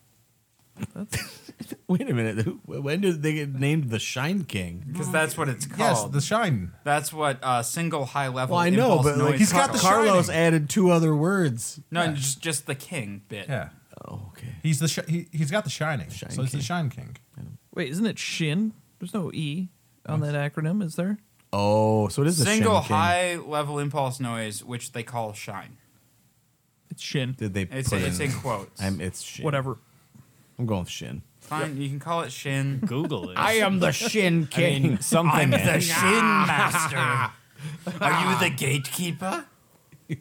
Speaker 4: Wait a minute. who- When did they get named the Shine King?
Speaker 3: Because that's what it's called.
Speaker 5: Yes, the Shine.
Speaker 3: That's what uh, single high level.
Speaker 4: Well, I know,
Speaker 3: impulse
Speaker 4: but
Speaker 3: noise
Speaker 4: like he's got
Speaker 3: is
Speaker 4: the
Speaker 3: called.
Speaker 5: Shining.
Speaker 4: Carlos added two other words.
Speaker 3: no, just just the king bit.
Speaker 5: Yeah,
Speaker 4: Oh, okay.
Speaker 5: he's the shi- he, he's got the Shining,
Speaker 4: Shine
Speaker 5: so he's
Speaker 4: King.
Speaker 5: the Shine King.
Speaker 6: Wait, isn't it Shin? There's no E on that acronym, is there?
Speaker 4: Oh, so it is the
Speaker 3: Single
Speaker 4: Shine King.
Speaker 3: high level impulse noise, which they call shine.
Speaker 6: It's Shin.
Speaker 4: Did they
Speaker 3: It's
Speaker 4: put
Speaker 3: it's
Speaker 4: in?
Speaker 3: in quotes.
Speaker 4: I'm, it's Shin.
Speaker 6: Whatever.
Speaker 4: I'm going with Shin.
Speaker 3: Fine, you can call it shin.
Speaker 2: Google it.
Speaker 4: am the Shin
Speaker 2: I mean, something.
Speaker 3: the shin master. Are you the gatekeeper?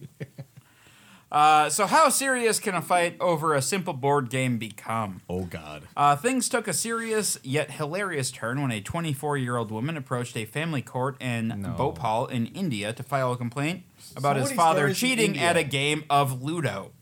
Speaker 3: Uh, so, how serious can a fight over a simple board game become?
Speaker 4: oh God.
Speaker 3: Uh, things took a serious yet hilarious turn when a 24 year old woman approached a family court in Bhopal in India to file a complaint about his
Speaker 4: many
Speaker 3: father
Speaker 4: stories in
Speaker 3: cheating
Speaker 4: India.
Speaker 3: at a game of Ludo.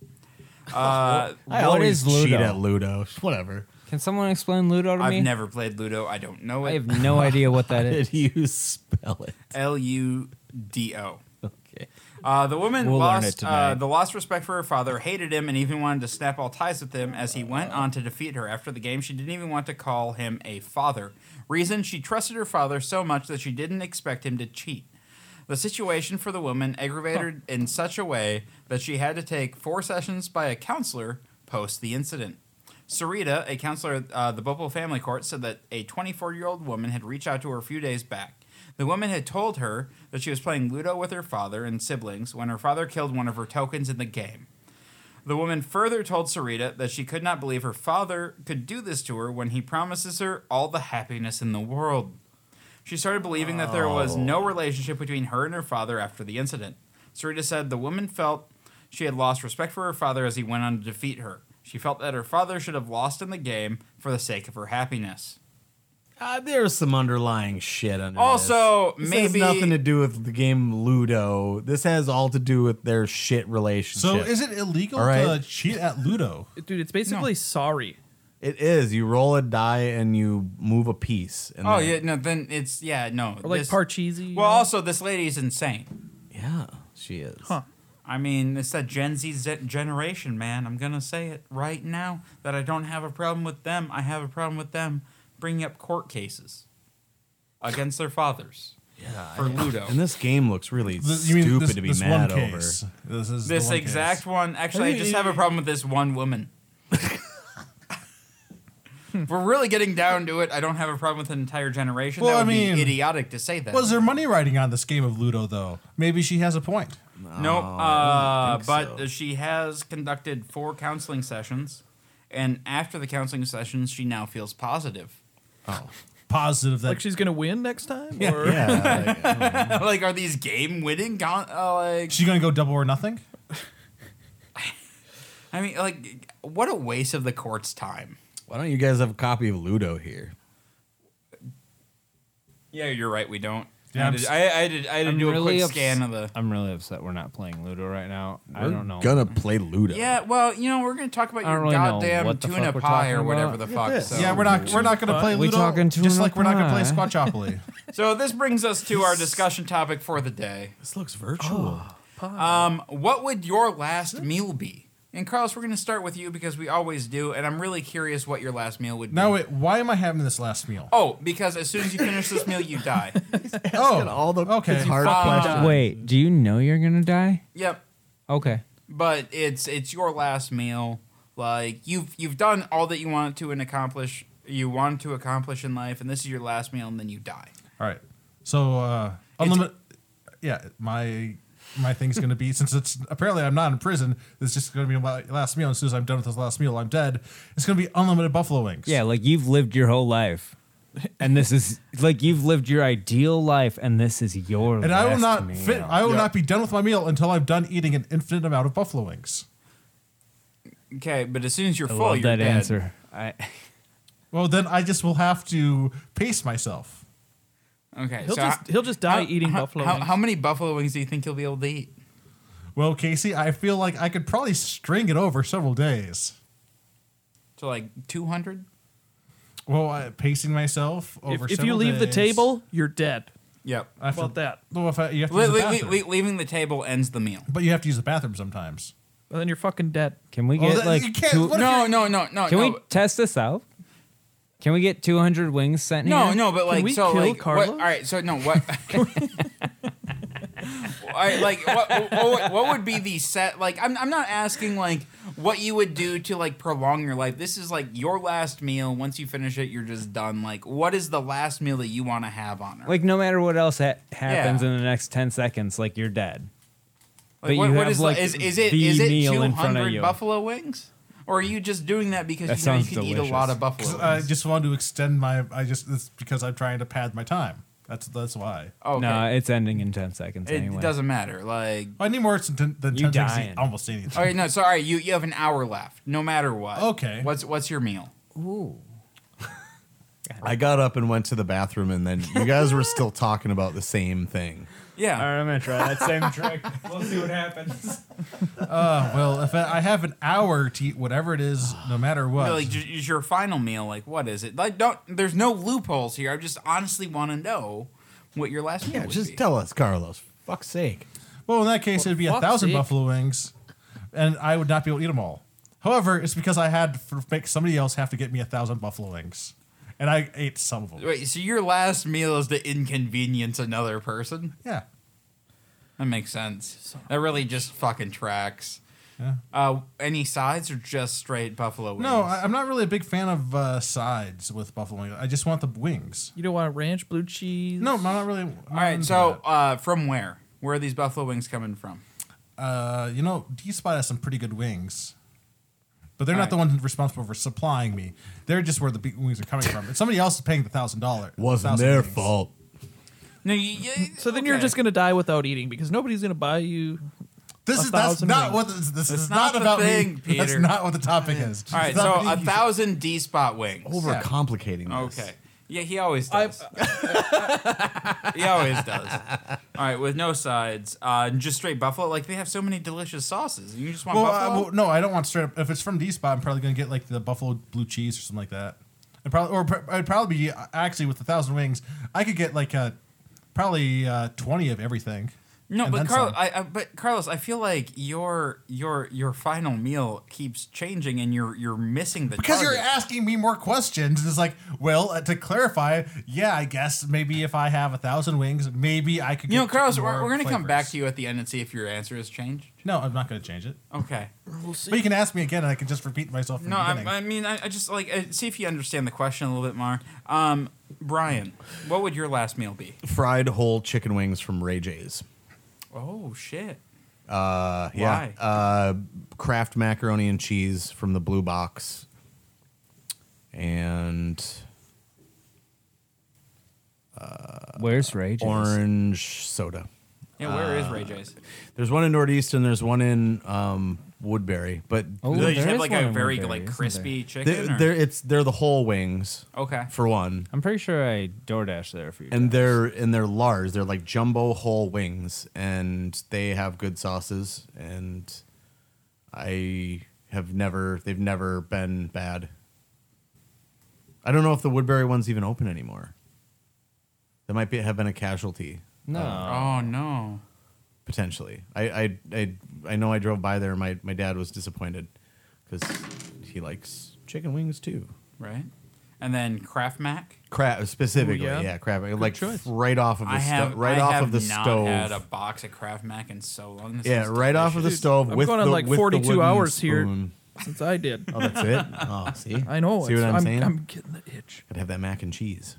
Speaker 3: Uh,
Speaker 2: I always
Speaker 4: cheat
Speaker 2: Ludo.
Speaker 4: at Ludo. Whatever.
Speaker 2: Can someone explain Ludo to me?
Speaker 3: I've never played Ludo. I don't know
Speaker 2: I
Speaker 3: it.
Speaker 2: have no idea what that is.
Speaker 4: Did you spell it?
Speaker 3: L U D O.
Speaker 4: Okay.
Speaker 3: Uh, the woman
Speaker 2: We'll learn it
Speaker 3: lost
Speaker 2: tonight.
Speaker 3: uh, the lost respect for her father, hated him, and even wanted to snap all ties with him as he went on to defeat her. After the game, she didn't even want to call him a father. Reason she trusted her father so much that she didn't expect him to cheat. The situation for the woman aggravated in such a way that she had to take four sessions by a counselor post the incident. Sarita, a counselor at uh, the Bhopal Family Court, said that a 24 year old woman had reached out to her a few days back. The woman had told her that she was playing Ludo with her father and siblings when her father killed one of her tokens in the game. The woman further told Sarita that she could not believe her father could do this to her when he promises her all the happiness in the world. She started believing that there was no relationship between her and her father after the incident. Sarita said the woman felt she had lost respect for her father as he went on to defeat her. She felt that her father should have lost in the game for the sake of her happiness.
Speaker 4: Uh, there's some underlying shit under
Speaker 3: Also,
Speaker 4: this. This
Speaker 3: maybe-
Speaker 4: has nothing to do with the game Ludo. This has all to do with their shit relationship.
Speaker 5: So is it illegal
Speaker 4: All right.
Speaker 5: to cheat at Ludo?
Speaker 6: Dude, it's basically sorry.
Speaker 4: It is. You roll a die and you move a piece. And
Speaker 3: Oh
Speaker 4: then-
Speaker 3: yeah, no, then it's yeah, no.
Speaker 6: Or like
Speaker 3: this-
Speaker 6: Parcheesi.
Speaker 3: Well, also this lady's insane.
Speaker 4: yeah, she is.
Speaker 6: Huh.
Speaker 3: I mean, it's that Gen Z ze- generation, man. I'm gonna say it right now that I don't have a problem with them. I have a problem with them bringing up court cases against their fathers
Speaker 4: Yeah,
Speaker 3: for Ludo.
Speaker 4: And this game looks really
Speaker 5: This-
Speaker 4: stupid
Speaker 5: this,
Speaker 4: to be
Speaker 5: this
Speaker 4: mad
Speaker 5: one
Speaker 4: over.
Speaker 5: case. This is the
Speaker 3: this
Speaker 5: one case.
Speaker 3: exact one. Actually, I just have a problem with this one woman. If We're really getting down to it. I don't have a problem with an entire generation.
Speaker 5: Well,
Speaker 3: that
Speaker 5: I
Speaker 3: would
Speaker 5: mean,
Speaker 3: be idiotic to say that.
Speaker 5: Was there money writing on this game of Ludo though? Maybe she has a point.
Speaker 3: Nope. Uh,
Speaker 4: think
Speaker 3: but
Speaker 4: so.
Speaker 3: she has conducted four counseling sessions, and after the counseling sessions, she now feels positive.
Speaker 5: Positive that
Speaker 6: like she's gonna win next time. or
Speaker 4: Yeah, like, I don't know.
Speaker 3: like, are these game winning? Con- uh, like,
Speaker 5: she's gonna go double or nothing.
Speaker 3: I mean, like, what a waste of the court's time.
Speaker 4: why don't you guys have a copy of Ludo here?
Speaker 3: Yeah, you're right. We don't.
Speaker 5: Yeah,
Speaker 3: I,
Speaker 5: I'm
Speaker 3: did,
Speaker 5: s-
Speaker 3: I, I did. I did
Speaker 2: I'm
Speaker 3: do a
Speaker 2: really
Speaker 3: quick
Speaker 2: ups-
Speaker 3: scan of the.
Speaker 2: I'm really upset we're not playing Ludo right now. I
Speaker 4: We're
Speaker 2: don't know.
Speaker 4: Gonna play Ludo.
Speaker 3: Yeah, well, you know, we're gonna talk about
Speaker 2: I
Speaker 3: your
Speaker 2: don't really know
Speaker 3: goddamn
Speaker 2: what the
Speaker 3: tuna
Speaker 2: fuck we're
Speaker 3: pie or
Speaker 2: talking
Speaker 3: whatever
Speaker 2: about.
Speaker 3: the fuck. So.
Speaker 5: yeah, we're not we're not gonna play
Speaker 2: We
Speaker 5: Ludo.
Speaker 2: talking to
Speaker 5: just
Speaker 2: her
Speaker 5: like we're not gonna play
Speaker 2: pie.
Speaker 5: Squatchopoly.
Speaker 3: so this brings us to our discussion topic for the day.
Speaker 4: This looks virtual.
Speaker 3: Um, what would your last meal be? And Carlos, we're going to start with you because we always do, and I'm really curious what your last meal would be.
Speaker 5: now wait, why am I having this last meal?
Speaker 3: oh, because as soon as you finish this meal, you die.
Speaker 5: Oh,
Speaker 4: all the
Speaker 5: okay.
Speaker 4: hard questions.
Speaker 2: Wait, do you know you're gonna die?
Speaker 3: Yep,
Speaker 2: Okay.
Speaker 3: but it's it's your last meal. Like you've you've done all that you wanted to and accomplish you wanted to accomplish in life, and this is your last meal, and then you die.
Speaker 5: All right. So uh unlimited Yeah, my my thing's gonna be since it's apparently I'm not in prison, it's just gonna be my last meal. As soon as I'm done with this last meal, I'm dead. It's gonna be unlimited buffalo wings.
Speaker 2: Yeah, like you've lived your whole life. And this is like you've lived your ideal life, and this is your
Speaker 5: And I will
Speaker 2: last
Speaker 5: not
Speaker 2: meal.
Speaker 5: fit I will not be done with my meal until I'm done eating an infinite amount of buffalo wings.
Speaker 3: Okay, but as soon as you're
Speaker 2: I
Speaker 3: full,
Speaker 2: love
Speaker 3: you're
Speaker 2: that
Speaker 3: dead.
Speaker 2: answer. I
Speaker 5: Well then I just will have to pace myself.
Speaker 3: Okay,
Speaker 6: he'll
Speaker 3: so
Speaker 6: just
Speaker 3: how-
Speaker 6: he'll just die
Speaker 3: how-
Speaker 6: eating
Speaker 3: how-
Speaker 6: buffalo
Speaker 3: How,
Speaker 6: wings.
Speaker 3: how many buffalo wings do you think you'll be able to eat?
Speaker 5: Well, Casey, I feel like I could probably string it over several days.
Speaker 3: So like two hundred.
Speaker 5: Well, I, pacing myself over.
Speaker 6: if, if you
Speaker 5: several
Speaker 6: leave the
Speaker 5: days.
Speaker 6: table, you're dead.
Speaker 3: Yep.
Speaker 5: I
Speaker 6: How about that?
Speaker 5: Well, if I, you have to
Speaker 3: Le-
Speaker 5: use the
Speaker 3: le- le-
Speaker 5: bathroom.
Speaker 3: le- leaving the table ends the meal.
Speaker 5: but you have to use the bathroom sometimes.
Speaker 6: Well, then you're fucking dead.
Speaker 2: can we
Speaker 5: Oh,
Speaker 2: get
Speaker 5: that- you
Speaker 2: like
Speaker 5: can't-
Speaker 2: two,
Speaker 5: what if
Speaker 3: No, no, no, no,
Speaker 2: Can
Speaker 3: no.
Speaker 2: we test this out? Can we get 200 wings sent
Speaker 3: no,
Speaker 2: here?
Speaker 3: no, but like
Speaker 6: we
Speaker 3: so
Speaker 6: kill
Speaker 3: like
Speaker 6: Carlos?
Speaker 3: what, all right, so no, what All right, like what, what what would be the set like I'm I'm not asking like what you would do to like prolong your life. This is like your last meal. Once you finish it, you're just done. Like what is the last meal that you want to have on earth?
Speaker 2: Like no matter what else ha- happens
Speaker 3: Yeah.
Speaker 2: in the next 10 seconds, like you're dead. but
Speaker 3: what,
Speaker 2: you
Speaker 3: what
Speaker 2: have,
Speaker 3: is
Speaker 2: like,
Speaker 3: is is it
Speaker 2: the
Speaker 3: is it
Speaker 2: meal in front of
Speaker 3: 200
Speaker 2: you.
Speaker 3: buffalo wings? Or are you just doing that because
Speaker 2: That
Speaker 3: you know you
Speaker 2: sounds
Speaker 3: could eat a lot
Speaker 2: delicious.
Speaker 3: of buffalo wings?
Speaker 5: I just want to extend my. I just it's because I'm trying to pad my time. That's that's why.
Speaker 3: okay.
Speaker 2: No, it's ending in 10 seconds
Speaker 3: it
Speaker 2: anyway.
Speaker 3: doesn't matter. Like
Speaker 5: I need more than than
Speaker 2: You
Speaker 5: ten seconds to
Speaker 2: dying.
Speaker 5: eat almost anything.
Speaker 3: All right, no, sorry. You you have an hour left, no matter what.
Speaker 5: Okay.
Speaker 3: What's what's your meal?
Speaker 4: I got up and went to the bathroom, and then you guys were still talking about the same thing.
Speaker 2: All
Speaker 3: Yeah.
Speaker 2: right, I'm going to try that same trick. We'll see what happens.
Speaker 5: Uh, well, if I, I have an hour to eat whatever it is, no matter what.
Speaker 3: Like j- is your final meal like what is it? Like don't there's no loopholes here. I just honestly want to know what your last meal
Speaker 4: Yeah,
Speaker 3: would
Speaker 4: just
Speaker 3: be.
Speaker 4: tell us, Carlos. Fuck's sake.
Speaker 5: Well, in that case, it'd be a
Speaker 6: fuck's
Speaker 5: thousand
Speaker 6: sake.
Speaker 5: buffalo wings, and I would not be able to eat them all. However, it's because I had to make somebody else have to get me a thousand buffalo wings, and I ate some of them.
Speaker 3: Wait, so your last meal is to inconvenience another person?
Speaker 5: Yeah.
Speaker 3: That makes sense. That really just fucking tracks. Uh, any sides or just straight buffalo wings?
Speaker 5: No, I, I'm not really a big fan of uh, sides with buffalo wings. I just want the wings.
Speaker 6: You don't want ranch, blue cheese.
Speaker 5: No, I'm not really. Um, I'm
Speaker 3: All
Speaker 5: not
Speaker 3: right,
Speaker 5: into
Speaker 3: so uh, from where? Where are these buffalo wings coming from?
Speaker 5: that. uh, you know, D Spot has some pretty good wings, but they're
Speaker 3: All
Speaker 5: not
Speaker 3: right.
Speaker 5: the ones responsible for supplying me. They're just where the be- wings are coming from. It's somebody else is paying the thousand dollars.
Speaker 4: Wasn't their fault.
Speaker 3: No, you, you-
Speaker 6: So then you're
Speaker 3: okay.
Speaker 6: just gonna die without eating because nobody's gonna buy you.
Speaker 5: This
Speaker 6: A
Speaker 5: is that's
Speaker 6: thousand
Speaker 5: not
Speaker 6: wings.
Speaker 5: what this, this is
Speaker 3: not
Speaker 5: not,
Speaker 3: the
Speaker 5: about
Speaker 3: thing,
Speaker 5: me.
Speaker 3: Peter.
Speaker 5: That's not what the topic is.
Speaker 3: All right,
Speaker 5: It's
Speaker 3: so
Speaker 5: not
Speaker 3: a
Speaker 5: me.
Speaker 3: thousand D spot wings.
Speaker 4: Overcomplicating this.
Speaker 3: Okay. Yeah, he always does. he always does. All right, with no sides, uh, just straight buffalo. Like they have so many delicious sauces. You just want
Speaker 5: Well, uh,
Speaker 3: buffalo.
Speaker 5: well, no, I don't want straight up. If it's from D Spot, I'm probably gonna get like the buffalo blue cheese or something like that. And probably, or pr- I'd probably be uh, actually with the thousand wings, I could get like uh probably uh, twenty of everything.
Speaker 3: no,
Speaker 5: and
Speaker 3: but
Speaker 5: then
Speaker 3: Carlos,
Speaker 5: some.
Speaker 3: I, I, but Carlos, I feel like your your your final meal keeps changing, and you're you're missing the
Speaker 5: because you're
Speaker 3: target.
Speaker 5: asking me more questions, it's like, well, uh, to clarify, yeah, I guess maybe if I have a thousand wings, maybe I could.
Speaker 3: You know,
Speaker 5: get
Speaker 3: Carlos,
Speaker 5: more
Speaker 3: we're, we're gonna come
Speaker 5: flavors.
Speaker 3: back to you at the end and see if your answer has changed.
Speaker 5: No, I'm not gonna change it.
Speaker 3: Okay.
Speaker 5: But you can ask me again, and I can just repeat myself. From
Speaker 3: No,
Speaker 5: the
Speaker 3: I,
Speaker 5: beginning.
Speaker 3: I mean, I, I just like uh, see if you understand the question a little bit more. Um, Brian, what would your last meal be?
Speaker 4: Fried whole chicken wings from Ray J's.
Speaker 3: Oh shit!
Speaker 4: Uh, yeah.
Speaker 3: Why?
Speaker 4: Uh, Kraft macaroni and cheese from the Blue Box, and
Speaker 2: Where's Rage?
Speaker 4: orange soda.
Speaker 3: Yeah, where is
Speaker 2: Uh,
Speaker 3: Ray J's?
Speaker 4: There's one in Northeast and there's one in um, Woodbury, but
Speaker 2: Oh,
Speaker 3: Do they
Speaker 2: there
Speaker 3: just have
Speaker 2: is
Speaker 3: like
Speaker 2: one
Speaker 3: a
Speaker 2: in
Speaker 3: very
Speaker 2: Woodbury,
Speaker 3: like
Speaker 2: isn't
Speaker 3: crispy
Speaker 4: they're,
Speaker 3: chicken? or-
Speaker 4: they're it's they're the whole wings
Speaker 3: okay.
Speaker 4: for one,
Speaker 2: I'm pretty sure I DoorDash there for you. guys.
Speaker 4: and they're and they're large. They're like jumbo whole wings, and they have good sauces. And I have never they've never been bad. I don't know if the Woodbury one's even open anymore. That might be have been a casualty
Speaker 2: no.
Speaker 3: Oh no.
Speaker 4: potentially. I I I, I know I drove by there. My my dad was disappointed because he likes chicken wings too.
Speaker 3: Right. And then Kraft Mac.
Speaker 4: Crab specifically,
Speaker 6: yeah.
Speaker 4: yeah, crab. like
Speaker 6: choice.
Speaker 4: right off of the
Speaker 3: I have
Speaker 4: stove, right
Speaker 3: I
Speaker 4: off
Speaker 3: have
Speaker 4: of the
Speaker 3: not
Speaker 4: stove.
Speaker 3: had a box of Kraft Mac in so long. This
Speaker 4: yeah,
Speaker 3: is
Speaker 4: right off of the
Speaker 3: delicious.
Speaker 4: stove.
Speaker 6: I'm
Speaker 4: with
Speaker 6: going on
Speaker 4: the,
Speaker 6: like
Speaker 4: with the
Speaker 6: 42
Speaker 4: wooden
Speaker 6: hours
Speaker 4: spoon.
Speaker 6: Since I did,
Speaker 4: Oh, that's it. Oh, see,
Speaker 6: I know.
Speaker 4: See what
Speaker 6: it's-
Speaker 4: I'm, saying?
Speaker 6: I'm getting the itch.
Speaker 4: I'd have that mac and cheese.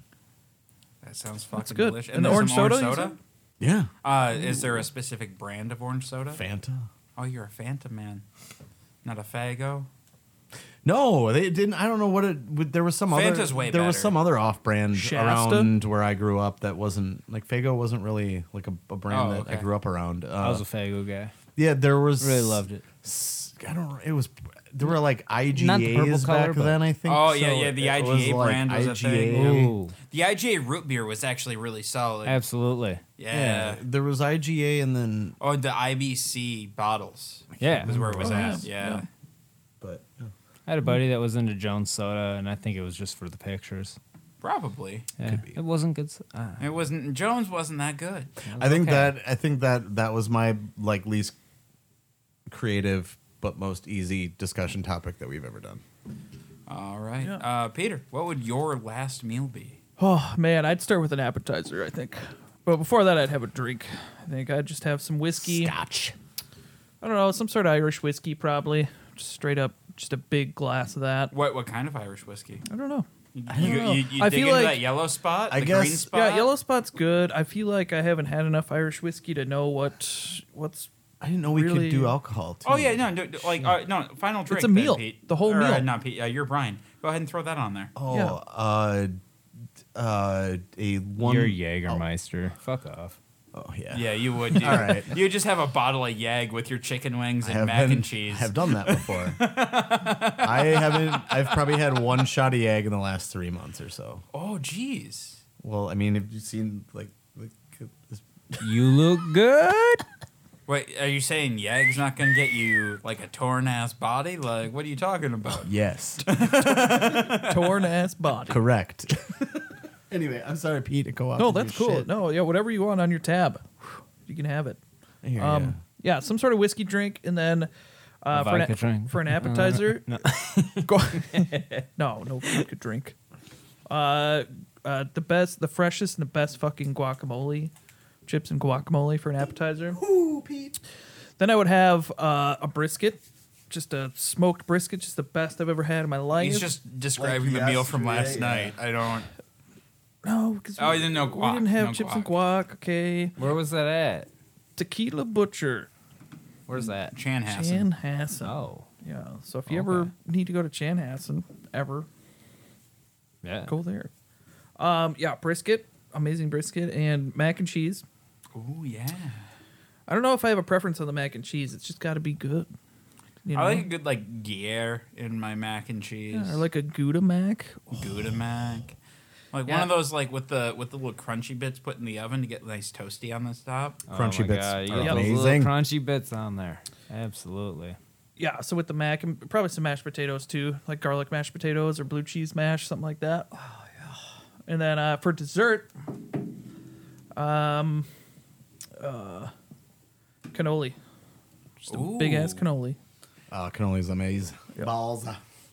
Speaker 3: That sounds fucking
Speaker 6: good.
Speaker 3: delicious.
Speaker 6: And the
Speaker 3: there's
Speaker 6: orange
Speaker 3: some
Speaker 6: soda, you Mm.
Speaker 4: Yeah,
Speaker 3: Uh, is there a specific brand of orange soda?
Speaker 4: Fanta.
Speaker 3: Oh, you're a Fanta man, not a Fago.
Speaker 4: No, they didn't. I don't know what it. w- There was some
Speaker 3: Fanta's
Speaker 4: other.
Speaker 3: way
Speaker 4: there was
Speaker 3: better.
Speaker 4: some other off-brand
Speaker 6: Shasta?
Speaker 4: around where I grew up that wasn't like Fago wasn't really like a, a brand
Speaker 3: Oh,
Speaker 4: that
Speaker 3: okay.
Speaker 4: I grew up around. Uh,
Speaker 2: I was a Fago guy.
Speaker 4: yeah, there was.
Speaker 2: Really loved it.
Speaker 4: s- I don't. It was. There were like IGAs
Speaker 2: purple
Speaker 4: back
Speaker 2: color, but-
Speaker 4: then. I think.
Speaker 3: Oh, yeah,
Speaker 4: so
Speaker 3: yeah, the
Speaker 4: it was,
Speaker 3: IGA
Speaker 4: like,
Speaker 3: brand was a thing.
Speaker 4: IGA.
Speaker 2: Ooh,
Speaker 3: The IGA root beer was actually really solid.
Speaker 2: absolutely.
Speaker 3: yeah.
Speaker 4: There was IGA and then,
Speaker 3: Oh, the IBC bottles
Speaker 2: Yeah.
Speaker 3: was where it was
Speaker 6: Oh,
Speaker 3: at.
Speaker 6: yeah.
Speaker 3: Yeah.
Speaker 4: but
Speaker 2: I had a buddy that was into Jones Soda, and I think it was just for the pictures.
Speaker 3: Probably.
Speaker 2: Yeah. It wasn't good. s- Uh,
Speaker 3: It wasn't Jones wasn't that good.
Speaker 4: I think
Speaker 2: Okay.
Speaker 4: that I think that that was my like least creative but most easy discussion topic that we've ever done.
Speaker 3: All right.
Speaker 6: Yeah.
Speaker 3: Uh, Peter, what would your last meal be?
Speaker 6: Oh man, I'd start with an appetizer, I think. But before that, I'd have a drink. I think I'd just have some whiskey.
Speaker 4: Scotch.
Speaker 6: I don't know, some sort of Irish whiskey, probably. Just straight up, just a big glass of that.
Speaker 3: What what kind of Irish whiskey?
Speaker 6: I don't know.
Speaker 3: you,
Speaker 6: know.
Speaker 3: You, you
Speaker 6: I
Speaker 3: dig
Speaker 6: feel
Speaker 3: into
Speaker 6: like-
Speaker 3: that yellow spot,
Speaker 4: I
Speaker 3: the green
Speaker 4: guess-
Speaker 3: spot.
Speaker 6: Yeah, yellow spot's good. I feel like I haven't had enough Irish whiskey to know what what's.
Speaker 4: I didn't know we
Speaker 6: Really-
Speaker 4: could do alcohol. Too.
Speaker 3: Oh yeah, no, no like uh, no. Final drink.
Speaker 6: a
Speaker 3: then,
Speaker 6: meal.
Speaker 3: Pete.
Speaker 6: The whole
Speaker 3: Or, uh,
Speaker 6: meal.
Speaker 3: not Pete. Uh, you're Brian. Go ahead and throw that on there.
Speaker 4: Oh,
Speaker 6: Yeah.
Speaker 4: uh, uh, a one.
Speaker 2: You're Jägermeister. Fuck off.
Speaker 4: Oh yeah.
Speaker 3: Yeah, you would. Dude.
Speaker 4: All right.
Speaker 3: You just have a bottle of yag with your chicken wings
Speaker 4: I
Speaker 3: and
Speaker 4: have
Speaker 3: mac
Speaker 4: been-
Speaker 3: and cheese.
Speaker 4: I have done that before. I haven't. I've probably had one shot of egg in the last three months or so.
Speaker 3: oh, jeez.
Speaker 4: Well, I mean, have you seen like, like this-
Speaker 2: You look good.
Speaker 3: Wait, are you saying Yag's not gonna get you like a torn ass body? Like, what are you talking about?
Speaker 4: yes,
Speaker 6: Torn ass body.
Speaker 4: correct. anyway, I'm sorry, Pete. To go off.
Speaker 6: No,
Speaker 4: with your
Speaker 6: that's cool.
Speaker 4: shit.
Speaker 6: No, yeah, whatever you want on your tab, you can have it.
Speaker 4: I hear ya.
Speaker 6: Um, yeah. some sort of whiskey drink, and then uh,
Speaker 2: A
Speaker 6: for, an,
Speaker 2: vodka drink. Uh,
Speaker 6: for an appetizer. no. no, no vodka drink. Uh, uh, the best, the freshest, and the best fucking guacamole, chips and guacamole for an appetizer. Ooh, Pete. Then I would have uh, a brisket, just a smoked brisket, just the best I've ever had in my life.
Speaker 3: He's just describing the meal from last night. I don't.
Speaker 6: no, because
Speaker 3: Oh, I didn't know
Speaker 6: We
Speaker 3: guac.
Speaker 6: didn't have
Speaker 3: No
Speaker 6: chips and guac. Okay,
Speaker 2: Where was that at?
Speaker 6: tequila butcher
Speaker 2: Where's that?
Speaker 3: Chanhassen.
Speaker 6: Chanhassen.
Speaker 2: Oh,
Speaker 6: Yeah. So if you ever
Speaker 2: Okay.
Speaker 6: need to go to Chanhassen, ever
Speaker 2: yeah.
Speaker 6: go there. Um, yeah, brisket, amazing brisket, and mac and cheese.
Speaker 3: Oh yeah.
Speaker 6: I don't know if I have a preference on the mac and cheese. It's just got to be good. You know?
Speaker 3: I like a good like Gruyere in my mac and cheese.
Speaker 6: Yeah, or like a Gouda mac.
Speaker 3: Gouda mac. Like one
Speaker 6: Yeah.
Speaker 3: of those like with the with the little crunchy bits put in the oven to get nice toasty on the top.
Speaker 4: Crunchy
Speaker 2: oh my
Speaker 4: bits
Speaker 2: God, you
Speaker 4: are
Speaker 2: got those little
Speaker 4: amazing.
Speaker 2: Crunchy bits on there. Absolutely.
Speaker 6: Yeah, so with the mac and probably some mashed potatoes too, like garlic mashed potatoes or blue cheese mash, something like that. Oh yeah. And then uh, for dessert, um, uh, cannoli, just a big ass
Speaker 3: Ooh.
Speaker 6: cannoli,
Speaker 4: Uh, cannolis amaze. Balls.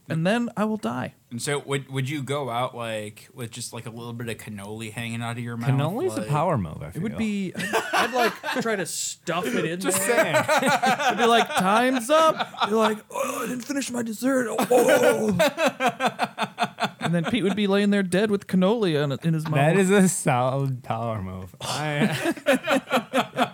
Speaker 6: and then I will die.
Speaker 3: And so would would you go out like with just like a little bit of cannoli hanging out of your mouth?
Speaker 2: Cannoli's
Speaker 3: like,
Speaker 2: a power move. I feel.
Speaker 6: It would be. I'd, I'd like try to stuff it in
Speaker 3: Just
Speaker 6: there.
Speaker 3: saying.
Speaker 6: I'd be like, "Time's up." You're like, "Oh, I didn't finish my dessert." Oh, oh." and then Pete would be laying there dead with cannoli in, in his mouth.
Speaker 2: That is a solid power move. I,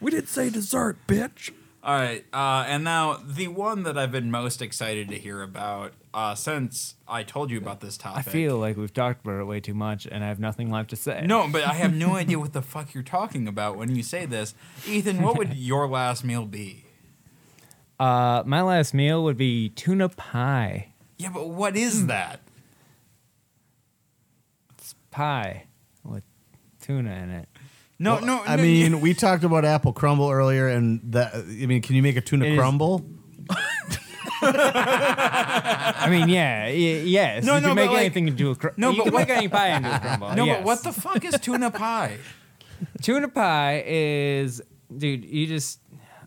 Speaker 6: we didn't say dessert, bitch.
Speaker 3: All right, uh, and now the one that I've been most excited to hear about uh, since I told you about this topic.
Speaker 2: I feel like we've talked about it way too much, and I have nothing left to say.
Speaker 3: no, but I have no idea what the fuck you're talking about when you say this, Ethan. What would your last meal be?
Speaker 2: Uh, my last meal would be tuna pie.
Speaker 3: Yeah, but what
Speaker 2: Hmm.
Speaker 3: is that?
Speaker 2: It's pie with tuna in it.
Speaker 3: No,
Speaker 4: Well,
Speaker 3: no.
Speaker 4: I
Speaker 3: no,
Speaker 4: mean,
Speaker 3: you-
Speaker 4: we talked about apple crumble earlier, and that. I mean, can you make a tuna
Speaker 2: It is-
Speaker 4: crumble?
Speaker 2: I mean, yeah, y- yes.
Speaker 3: No,
Speaker 2: you
Speaker 3: no,
Speaker 2: can make
Speaker 3: but like-
Speaker 2: anything into a crumble.
Speaker 3: No,
Speaker 2: you
Speaker 3: but
Speaker 2: can
Speaker 3: what-
Speaker 2: make any pie into a crumble.
Speaker 3: no,
Speaker 2: yes.
Speaker 3: but what the fuck is tuna pie?
Speaker 2: tuna pie is, dude? You just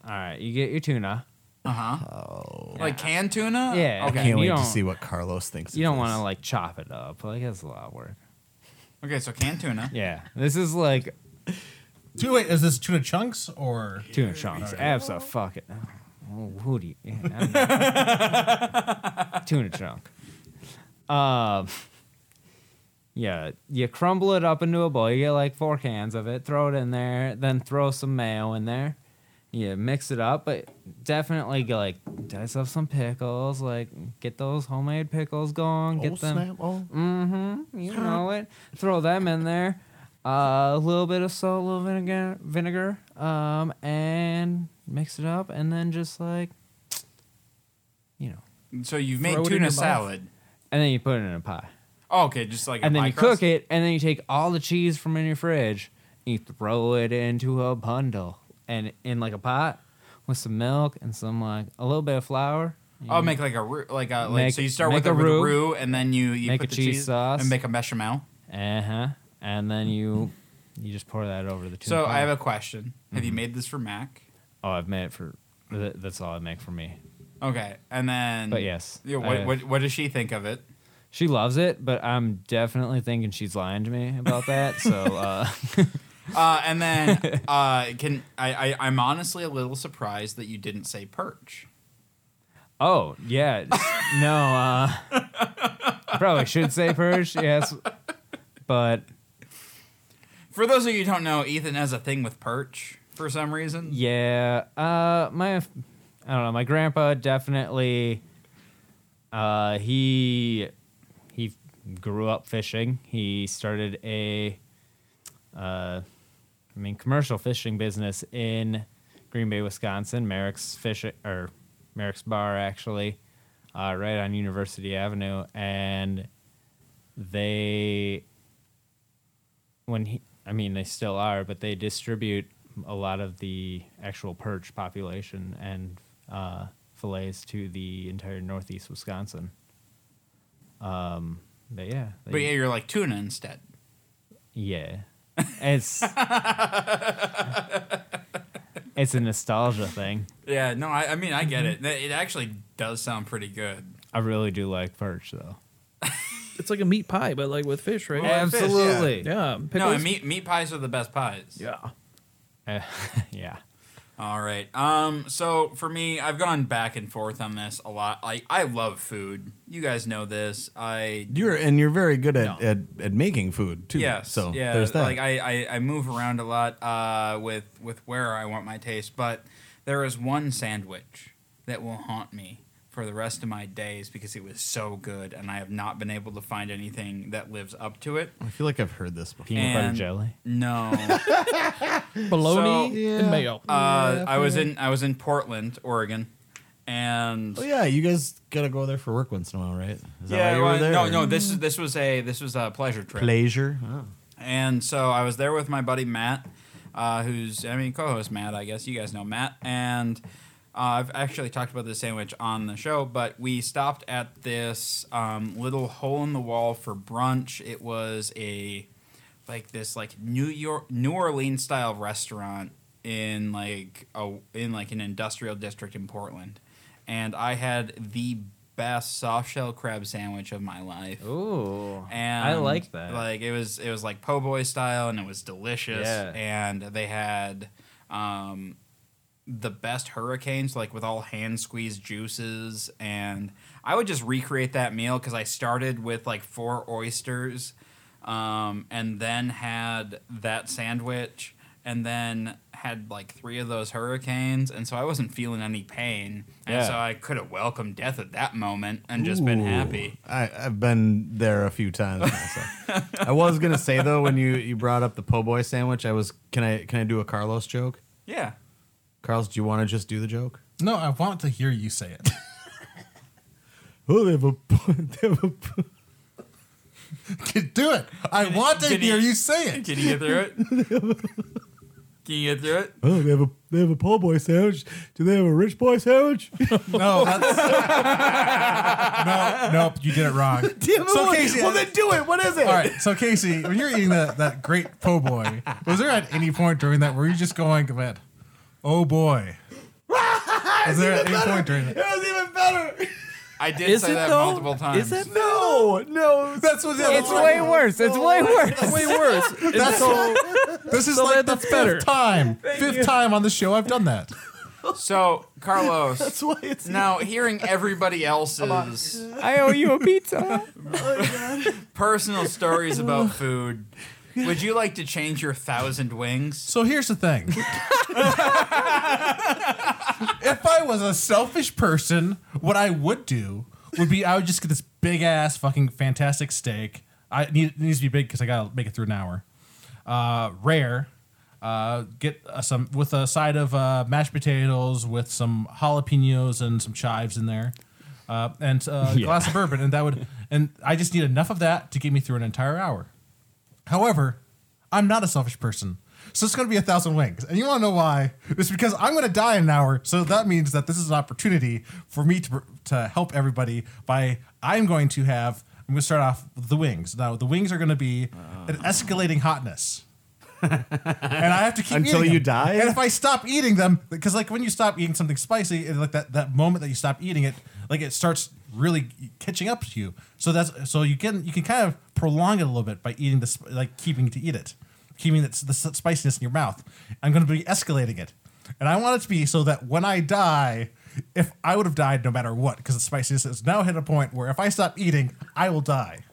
Speaker 2: all right. You get your tuna.
Speaker 3: Uh-huh. Like canned tuna?
Speaker 2: Oh, Yeah.
Speaker 4: I
Speaker 3: Okay.
Speaker 4: can't
Speaker 2: you
Speaker 4: wait to
Speaker 2: don't-
Speaker 4: see what Carlos thinks.
Speaker 2: You
Speaker 4: of
Speaker 2: don't
Speaker 4: this.
Speaker 2: want to like chop it up. Like that's a lot of work.
Speaker 3: Okay, so canned tuna.
Speaker 2: Yeah, this is like
Speaker 5: Two, wait, is this tuna chunks or
Speaker 2: tuna chunks. Absolutely, fuck it. Oh, who do you? Yeah, I don't know. tuna chunk. Um. Yeah, you crumble it up into a bowl. You get like four cans of it. Throw it in there. Then throw some mayo in there. You mix it up, but definitely get, like dice up some pickles. Like get those homemade pickles going. Get
Speaker 4: Oh,
Speaker 2: them.
Speaker 4: snap. Oh.
Speaker 2: Mm-hmm. You know it. Throw them in there. Uh, a little bit of salt, a little vinegar, vinegar, um, and mix it up, and then just like, you know,
Speaker 3: So you've made
Speaker 6: Throw it in your
Speaker 3: tuna
Speaker 6: mouth.
Speaker 3: salad.
Speaker 2: and then you put it in a pie,
Speaker 3: Oh, okay, just like
Speaker 2: and
Speaker 3: a
Speaker 2: then
Speaker 3: pie
Speaker 2: you
Speaker 3: crust?
Speaker 2: cook it, and then you take all the cheese from in your fridge, and you throw it into a bundle, and in like a pot with some milk and some like a little bit of flour.
Speaker 3: Oh, make like a roux, like a like.
Speaker 2: Make-
Speaker 3: so you start
Speaker 2: make
Speaker 3: with
Speaker 2: a
Speaker 3: a
Speaker 2: roux.
Speaker 3: roux, roux and then you you
Speaker 2: Make
Speaker 3: put
Speaker 2: a
Speaker 3: the
Speaker 2: cheese sauce.
Speaker 3: and make a bechamel.
Speaker 2: Uh huh. And then you you just pour that over the. Mm-hmm. tuna
Speaker 3: So I
Speaker 2: pie.
Speaker 3: have a question. Have you made this for Mac?
Speaker 2: Oh, I've made it for. th- That's all I make for me.
Speaker 3: Okay, and then
Speaker 2: But yes,
Speaker 3: yeah,
Speaker 2: I
Speaker 3: what,
Speaker 2: have.
Speaker 3: what what does she think of it?
Speaker 2: She loves it, but I'm definitely thinking she's lying to me about that. So uh,
Speaker 3: Uh, and then uh, can I, I I'm honestly a little surprised that you didn't say perch.
Speaker 2: Oh yeah, no. Uh, I probably should say purge, yes, but
Speaker 3: For those of you who don't know, Ethan has a thing with perch for some reason.
Speaker 2: yeah. Uh, my, I don't know. My grandpa definitely. Uh, he he grew up fishing. He started a, uh, I mean, commercial fishing business in Green Bay, Wisconsin. Merrick's fish or Merrick's Bar, actually, uh, right on University Avenue, and they when he I mean they still are, but they distribute a lot of the actual perch population and uh, fillets to the entire northeast Wisconsin. Um, but yeah, they-
Speaker 3: But yeah, you're like tuna instead.
Speaker 2: yeah, it's it's a nostalgia thing.
Speaker 3: Yeah, no, I, I mean I
Speaker 4: Mm-hmm.
Speaker 3: get it. It actually does sound pretty good.
Speaker 2: I really do like perch though.
Speaker 6: It's like a meat pie, but like with fish, right?
Speaker 3: Well, fish, yeah.
Speaker 2: Absolutely,
Speaker 6: yeah, pickles.
Speaker 3: No, and meat meat pies are the best pies.
Speaker 6: Yeah.
Speaker 2: Uh, yeah.
Speaker 3: All right. Um. So for me, I've gone back and forth on this a lot. Like I love food. You guys know this. I
Speaker 4: You're and you're very good at,
Speaker 3: No.
Speaker 4: at, at making food too.
Speaker 3: Yes.
Speaker 4: So
Speaker 3: yeah,
Speaker 4: there's that.
Speaker 3: Like I, I, I move around a lot uh, with with where I want my taste, but there is one sandwich that will haunt me for the rest of my days because it was so good, and I have not been able to find anything that lives up to it.
Speaker 4: I feel like I've heard this before.
Speaker 2: Peanut butter
Speaker 3: And-
Speaker 2: jelly.
Speaker 3: No.
Speaker 6: Bologna
Speaker 3: So-
Speaker 6: and mayo.
Speaker 3: Uh, I was in I was in Portland, Oregon, and
Speaker 4: Oh yeah, you guys gotta go there for work once in a while, right? Is that why you
Speaker 3: well,
Speaker 4: were there?
Speaker 3: no, no. This is this was a this was a pleasure trip,
Speaker 4: Pleasure. Oh.
Speaker 3: and so I was there with my buddy Matt, uh, who's I mean co-host Matt, I guess you guys know Matt, and uh, I've actually talked about this sandwich on the show, but we stopped at this um, little hole in the wall for brunch. It was a like this like New York New Orleans style restaurant in like a in like an industrial district in Portland. And I had the best soft shell crab sandwich of my life.
Speaker 2: Ooh,
Speaker 3: And
Speaker 2: I like that.
Speaker 3: Like it was it was like po' boy style and it was delicious.
Speaker 2: Yeah.
Speaker 3: And they had um the best hurricanes like with all hand squeezed juices and I would just recreate that meal cuz I started with like four oysters um and then had that sandwich and then had like three of those hurricanes and so I wasn't feeling any pain and
Speaker 2: Yeah.
Speaker 3: so I could have welcomed death at that moment and just been
Speaker 4: Ooh.
Speaker 3: happy.
Speaker 4: I, I've been there a few times. myself. I was gonna say though, when you, you brought up the po' boy sandwich, I was can I can I do a Carlos joke?
Speaker 3: Yeah.
Speaker 4: Carlos, do you want to just do the joke?
Speaker 5: No, I want to hear you say it.
Speaker 4: Oh, they have a they have a po-
Speaker 5: Do it. I want to
Speaker 3: did he-
Speaker 5: hear you say it.
Speaker 3: Can you get through it? Can you get through it?
Speaker 4: oh, they have a they have a po' boy sandwich. Do they have a rich boy sandwich?
Speaker 5: No, that's, no, nope, you did it wrong. so Casey,
Speaker 4: well, then do it. What is it?
Speaker 5: all right, so Casey, when you're eating that that great po' boy, was there at any point during that where you just going, "Man, oh boy"? Was there at any point during that?
Speaker 4: was even better.
Speaker 3: I did
Speaker 6: Is
Speaker 3: say
Speaker 6: it
Speaker 3: that
Speaker 6: though?
Speaker 3: multimes. times.
Speaker 6: Is it
Speaker 4: No, no, that's what
Speaker 2: it's way worse. It's way worse.
Speaker 6: way worse? It's so
Speaker 5: This is
Speaker 6: So
Speaker 5: like
Speaker 6: that-
Speaker 5: the
Speaker 6: that's
Speaker 5: fifth
Speaker 6: better.
Speaker 5: time, fifth time on the show I've done that.
Speaker 3: So, Carlos,
Speaker 4: why it's
Speaker 3: now hearing everybody else's
Speaker 2: I owe you a pizza.
Speaker 3: personal stories about food, would you like to change your thousand wings?
Speaker 5: So here's the thing. if I was a selfish person, what I would do would be I would just get this big ass fucking fantastic steak. I it need, it needs to be big because I gotta make it through an hour. Uh, rare. Uh, get uh, some with a side of uh, mashed potatoes with some jalapenos and some chives in there, uh, and uh, a glass of bourbon, and that would. And I just need enough of that to get me through an entire hour. However, I'm not a selfish person. So it's going to be a thousand wings. And you want to know why? It's because I'm going to die in an hour. So that means that this is an opportunity for me to, to help everybody by I'm going to have, I'm going to start off with the wings. Now, the wings are going to be an escalating hotness. and I have to keep
Speaker 4: Until
Speaker 5: eating
Speaker 4: you
Speaker 5: them.
Speaker 4: die?
Speaker 5: And if I stop eating them, because like when you stop eating something spicy, it's like that, that moment that you stop eating it, like it starts really catching up to you. So that's so you can you can kind of prolong it a little bit by eating the sp- like keeping to eat it, keeping the, the spiciness in your mouth. I'm going to be escalating it, and I want it to be so that when I die. If I would have died no matter what, because the spiciness is now hit a point where if I stop eating, I will die.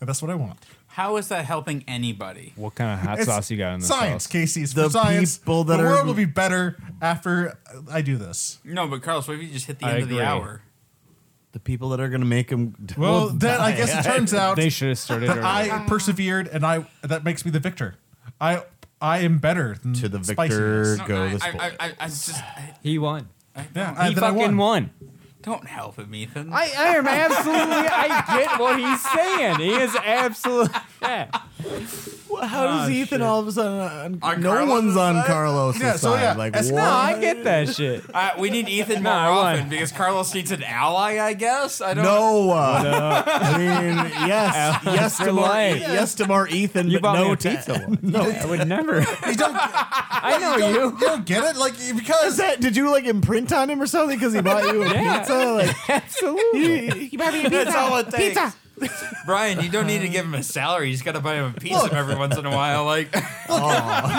Speaker 5: And that's what I want.
Speaker 3: How is that helping anybody?
Speaker 2: What kind of hot
Speaker 5: It's
Speaker 2: sauce you got in this
Speaker 5: Science,
Speaker 2: sauce?
Speaker 5: Casey. It's
Speaker 4: The
Speaker 5: for science.
Speaker 4: people that
Speaker 5: the
Speaker 4: are-
Speaker 5: world will be better after I do this.
Speaker 3: No, but Carlos, what if you just hit the
Speaker 2: I
Speaker 3: end of the
Speaker 2: agree.
Speaker 3: hour?
Speaker 4: the people that are gonna make him.
Speaker 5: Well, then I guess it turns out
Speaker 2: They should have started
Speaker 5: that
Speaker 2: earlier.
Speaker 5: I persevered, and I that makes me the victor. I I am better than
Speaker 4: to the victor
Speaker 5: spiciness.
Speaker 3: No,
Speaker 4: go
Speaker 3: I,
Speaker 4: the spoiler.
Speaker 3: I, I, I, I just I
Speaker 2: he won.
Speaker 5: Yeah, I,
Speaker 2: he
Speaker 5: then I
Speaker 2: fucking
Speaker 5: won.
Speaker 2: won.
Speaker 3: don't help him, Ethan.
Speaker 2: I, I am absolutely. I get what he's saying. He is absolutely. Yeah.
Speaker 4: Well, how does Ethan all of a sudden on,
Speaker 3: Oh, On
Speaker 4: no
Speaker 3: Carlos'
Speaker 4: one's on
Speaker 3: side?
Speaker 4: Carlos'
Speaker 5: Yeah,
Speaker 4: side?
Speaker 5: so yeah,
Speaker 4: like
Speaker 5: it's
Speaker 4: what?
Speaker 2: No, I get that shit.
Speaker 3: Uh, we need Ethan more
Speaker 2: I won.
Speaker 3: often because Carlos needs an ally, I guess. I don't
Speaker 4: no, uh, I mean yes, yes to
Speaker 2: you're
Speaker 4: more,
Speaker 2: lying.
Speaker 4: yes to more Ethan,
Speaker 2: You
Speaker 4: but
Speaker 2: bought me
Speaker 4: no
Speaker 2: a
Speaker 4: to
Speaker 2: pizza
Speaker 4: no.
Speaker 2: I would never.
Speaker 5: You don't, you
Speaker 2: I know you.
Speaker 5: don't, you don't get it, like
Speaker 4: Is
Speaker 5: because
Speaker 4: that did you like imprint on him or something because he bought you a
Speaker 2: Yeah.
Speaker 4: pizza? Like
Speaker 2: Absolutely.
Speaker 4: that's all it takes. Pizza.
Speaker 3: Brian, you don't need to give him a salary. You just got to buy him a pizza every once in a while. Like,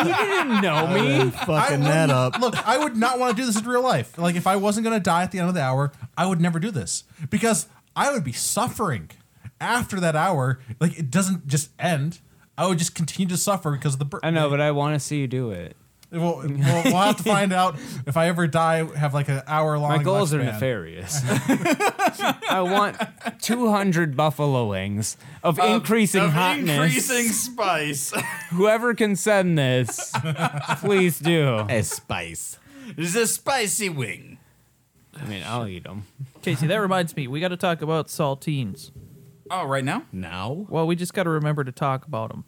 Speaker 2: didn't know me.
Speaker 5: I
Speaker 4: Fucking
Speaker 5: would
Speaker 4: that
Speaker 5: not-
Speaker 4: up.
Speaker 5: Look, I would not want to do this in real life. Like, if I wasn't going to die at the end of the hour, I would never do this because I would be suffering after that hour. Like, it doesn't just end. I would just continue to suffer because of the. Bur-
Speaker 2: I know, but I want to see you do it.
Speaker 5: We'll, we'll, we'll have to find out if I ever die. Have like an hour long.
Speaker 2: My goals are
Speaker 5: lifespan.
Speaker 2: nefarious. I want 200 buffalo wings of increasing
Speaker 3: of
Speaker 2: hotness.
Speaker 3: increasing spice.
Speaker 2: Whoever can send this, please do.
Speaker 4: A spice.
Speaker 3: It's a spicy wing.
Speaker 2: I mean, I'll eat them.
Speaker 6: Casey, that reminds me, we got to talk about saltines.
Speaker 3: Oh, right now?
Speaker 4: Now?
Speaker 6: Well, we just got to remember to talk about them.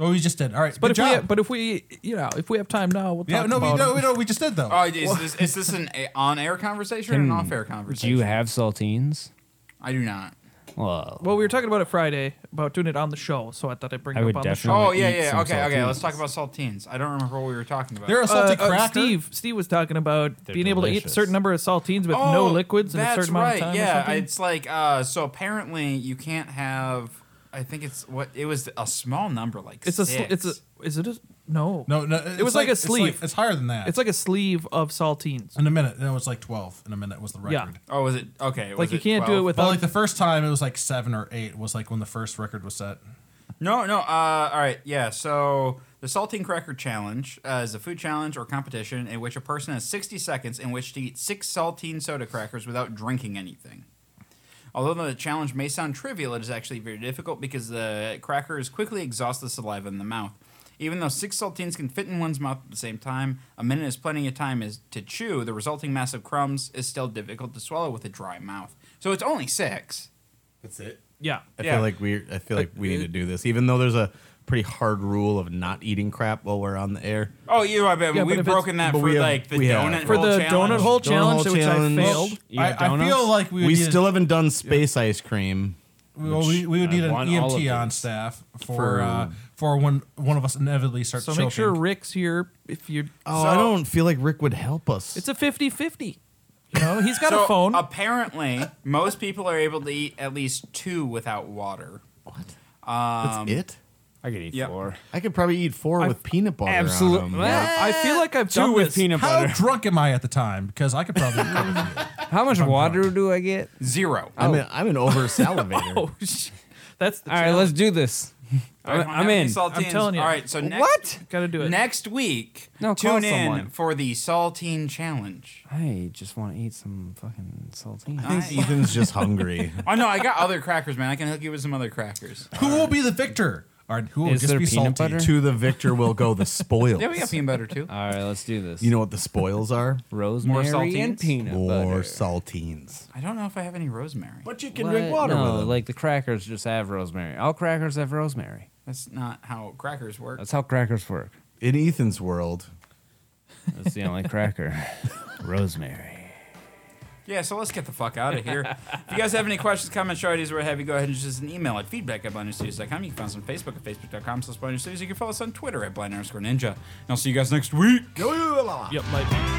Speaker 5: Oh, we just did. All right,
Speaker 6: But
Speaker 5: good
Speaker 6: if
Speaker 5: job.
Speaker 6: we, but if we, you know, if we have time now, we'll talk
Speaker 5: yeah, no, we,
Speaker 6: about Uh,
Speaker 5: no,
Speaker 6: 'em.
Speaker 5: we, no, we just did though.
Speaker 3: Oh, is this, is this an a- on-air conversation or an off-air
Speaker 2: Do
Speaker 3: conversation?
Speaker 2: you have saltines?
Speaker 3: I do not.
Speaker 2: Well,
Speaker 6: Well, we were talking about it Friday about doing it on the show, so I thought I'd bring
Speaker 2: I
Speaker 6: it
Speaker 2: would
Speaker 6: up on the show.
Speaker 2: definitely.
Speaker 3: Oh, yeah,
Speaker 2: eat
Speaker 3: yeah.
Speaker 2: some
Speaker 3: Okay, okay. Let's
Speaker 2: saltines.
Speaker 3: talk about saltines. I don't remember what we were talking about.
Speaker 5: They're a salty
Speaker 6: Uh, uh,
Speaker 5: cracker.
Speaker 6: Steve, Steve was talking about
Speaker 2: They're
Speaker 6: being able to eat a
Speaker 2: delicious.
Speaker 6: certain number of saltines with no liquids in a
Speaker 3: Oh, that's
Speaker 6: certain
Speaker 3: right.
Speaker 6: amount of time. or
Speaker 3: Yeah,
Speaker 6: something.
Speaker 3: it's like uh, so. Apparently, you can't have. I think it's what it was a small number like
Speaker 6: it's a, sl-
Speaker 3: six.
Speaker 6: it's a, is it a no?
Speaker 5: No, no. it's
Speaker 6: was like a
Speaker 5: it's
Speaker 6: sleeve.
Speaker 5: it's higher than that.
Speaker 6: it's like a sleeve of saltines.
Speaker 2: Oh,
Speaker 5: in a minute. No, it's like twelve in a minute was the record.
Speaker 6: Yeah.
Speaker 3: oh was it okay?
Speaker 6: Like
Speaker 3: was
Speaker 6: you can't do
Speaker 3: 12?
Speaker 6: it
Speaker 5: But
Speaker 6: without.
Speaker 5: like the first time, it was like seven or eight was like when the first record was set.
Speaker 3: No, no. Uh, all right, yeah. So the saltine cracker challenge uh, is a food challenge or competition in which a person has 60 seconds in which to eat six saltine soda crackers without drinking anything. Although the challenge may sound trivial, it is actually very difficult because the crackers quickly exhaust the saliva in the mouth. Even though six saltines can fit in one's mouth at the same time, a minute is plenty of time is to chew. The resulting mass of crumbs is still difficult to swallow with a dry mouth. So it's only six.
Speaker 4: That's it.
Speaker 6: yeah,
Speaker 4: I
Speaker 3: Yeah.
Speaker 4: feel like we I feel like we need to do this, even though there's a pretty hard rule of not eating crap while we're on the air.
Speaker 3: Oh, you know, I mean,
Speaker 6: Yeah, but if
Speaker 3: we've
Speaker 6: it's-
Speaker 3: broken that
Speaker 4: but
Speaker 3: for
Speaker 4: we have-
Speaker 3: like the
Speaker 4: we have.
Speaker 3: donut
Speaker 6: for
Speaker 3: hole
Speaker 6: the
Speaker 3: challenge.
Speaker 6: donut hole challenge,
Speaker 4: hole
Speaker 6: which
Speaker 4: challenge.
Speaker 6: I failed.
Speaker 2: You have
Speaker 5: I, I
Speaker 2: donuts?
Speaker 5: feel like we, would
Speaker 4: We
Speaker 5: need
Speaker 4: still haven't done space ice cream.
Speaker 5: well, we, we would
Speaker 2: I
Speaker 5: need an
Speaker 2: want all of
Speaker 5: EMT on
Speaker 2: these.
Speaker 5: staff for
Speaker 4: For-
Speaker 5: uh, for when one of us inevitably starts.
Speaker 6: um, So make sure
Speaker 5: choking.
Speaker 6: Rick's here. If you,
Speaker 4: Oh,
Speaker 3: So-
Speaker 4: I don't feel like Rick would help us.
Speaker 6: it's a 50-50. You know, he's got a phone.
Speaker 3: uh, Apparently, most people are able to eat at least two without water.
Speaker 4: That's it.
Speaker 2: I could eat
Speaker 3: Yep.
Speaker 2: four.
Speaker 4: I could probably eat four with peanut butter.
Speaker 2: absolute-
Speaker 4: on 'em.
Speaker 2: Well,
Speaker 6: I feel like I've
Speaker 2: Two
Speaker 6: done
Speaker 2: with
Speaker 6: this.
Speaker 2: peanut
Speaker 5: How
Speaker 2: butter.
Speaker 5: drunk am I at the time? Because I could probably.
Speaker 2: How much water do I get?
Speaker 3: Zero.
Speaker 4: I'm an, I'm an over salivator.
Speaker 6: Oh, shit. That's the
Speaker 2: All right, let's do this. I'm,
Speaker 3: Everyone
Speaker 2: I'm
Speaker 3: have any
Speaker 2: in.
Speaker 3: saltines?
Speaker 6: I'm telling you.
Speaker 3: All right, so next,
Speaker 2: What?
Speaker 6: Gotta do it.
Speaker 3: Next week,
Speaker 2: No, call
Speaker 3: tune in
Speaker 2: someone.
Speaker 3: for the saltine challenge.
Speaker 2: I just want to eat some fucking saltines.
Speaker 4: I think Ethan's just hungry.
Speaker 3: Oh no, I got other crackers, man. I can hook you with some other crackers.
Speaker 5: who will be the victor? Or who will
Speaker 2: Is
Speaker 5: just
Speaker 2: there
Speaker 5: be
Speaker 2: peanut
Speaker 5: salty?
Speaker 2: butter?
Speaker 4: to the victor will go the spoils.
Speaker 3: Yeah, we got peanut butter too.
Speaker 2: All right, let's do this.
Speaker 4: You know what the spoils are?
Speaker 2: rosemary and
Speaker 3: saltines?
Speaker 2: peanut
Speaker 4: More
Speaker 2: butter.
Speaker 4: saltines.
Speaker 3: I don't know if I have any rosemary.
Speaker 4: But you can
Speaker 2: What?
Speaker 4: drink water
Speaker 2: no,
Speaker 4: with them.
Speaker 2: like the crackers just have rosemary. All crackers have rosemary.
Speaker 3: That's not how crackers work.
Speaker 2: That's how crackers work.
Speaker 4: In Ethan's world,
Speaker 2: That's the only cracker. Rosemary.
Speaker 3: Yeah, so let's get the fuck out of here. if you guys have any questions, comments, or ideas, or what have you, go ahead and just an email at feedback at blindnewsstudios.com. You can find us on Facebook at facebook.com slash blindnewsstudios. You can follow us on Twitter at blind underscore ninja. And I'll see you guys next week.
Speaker 6: Yep, like.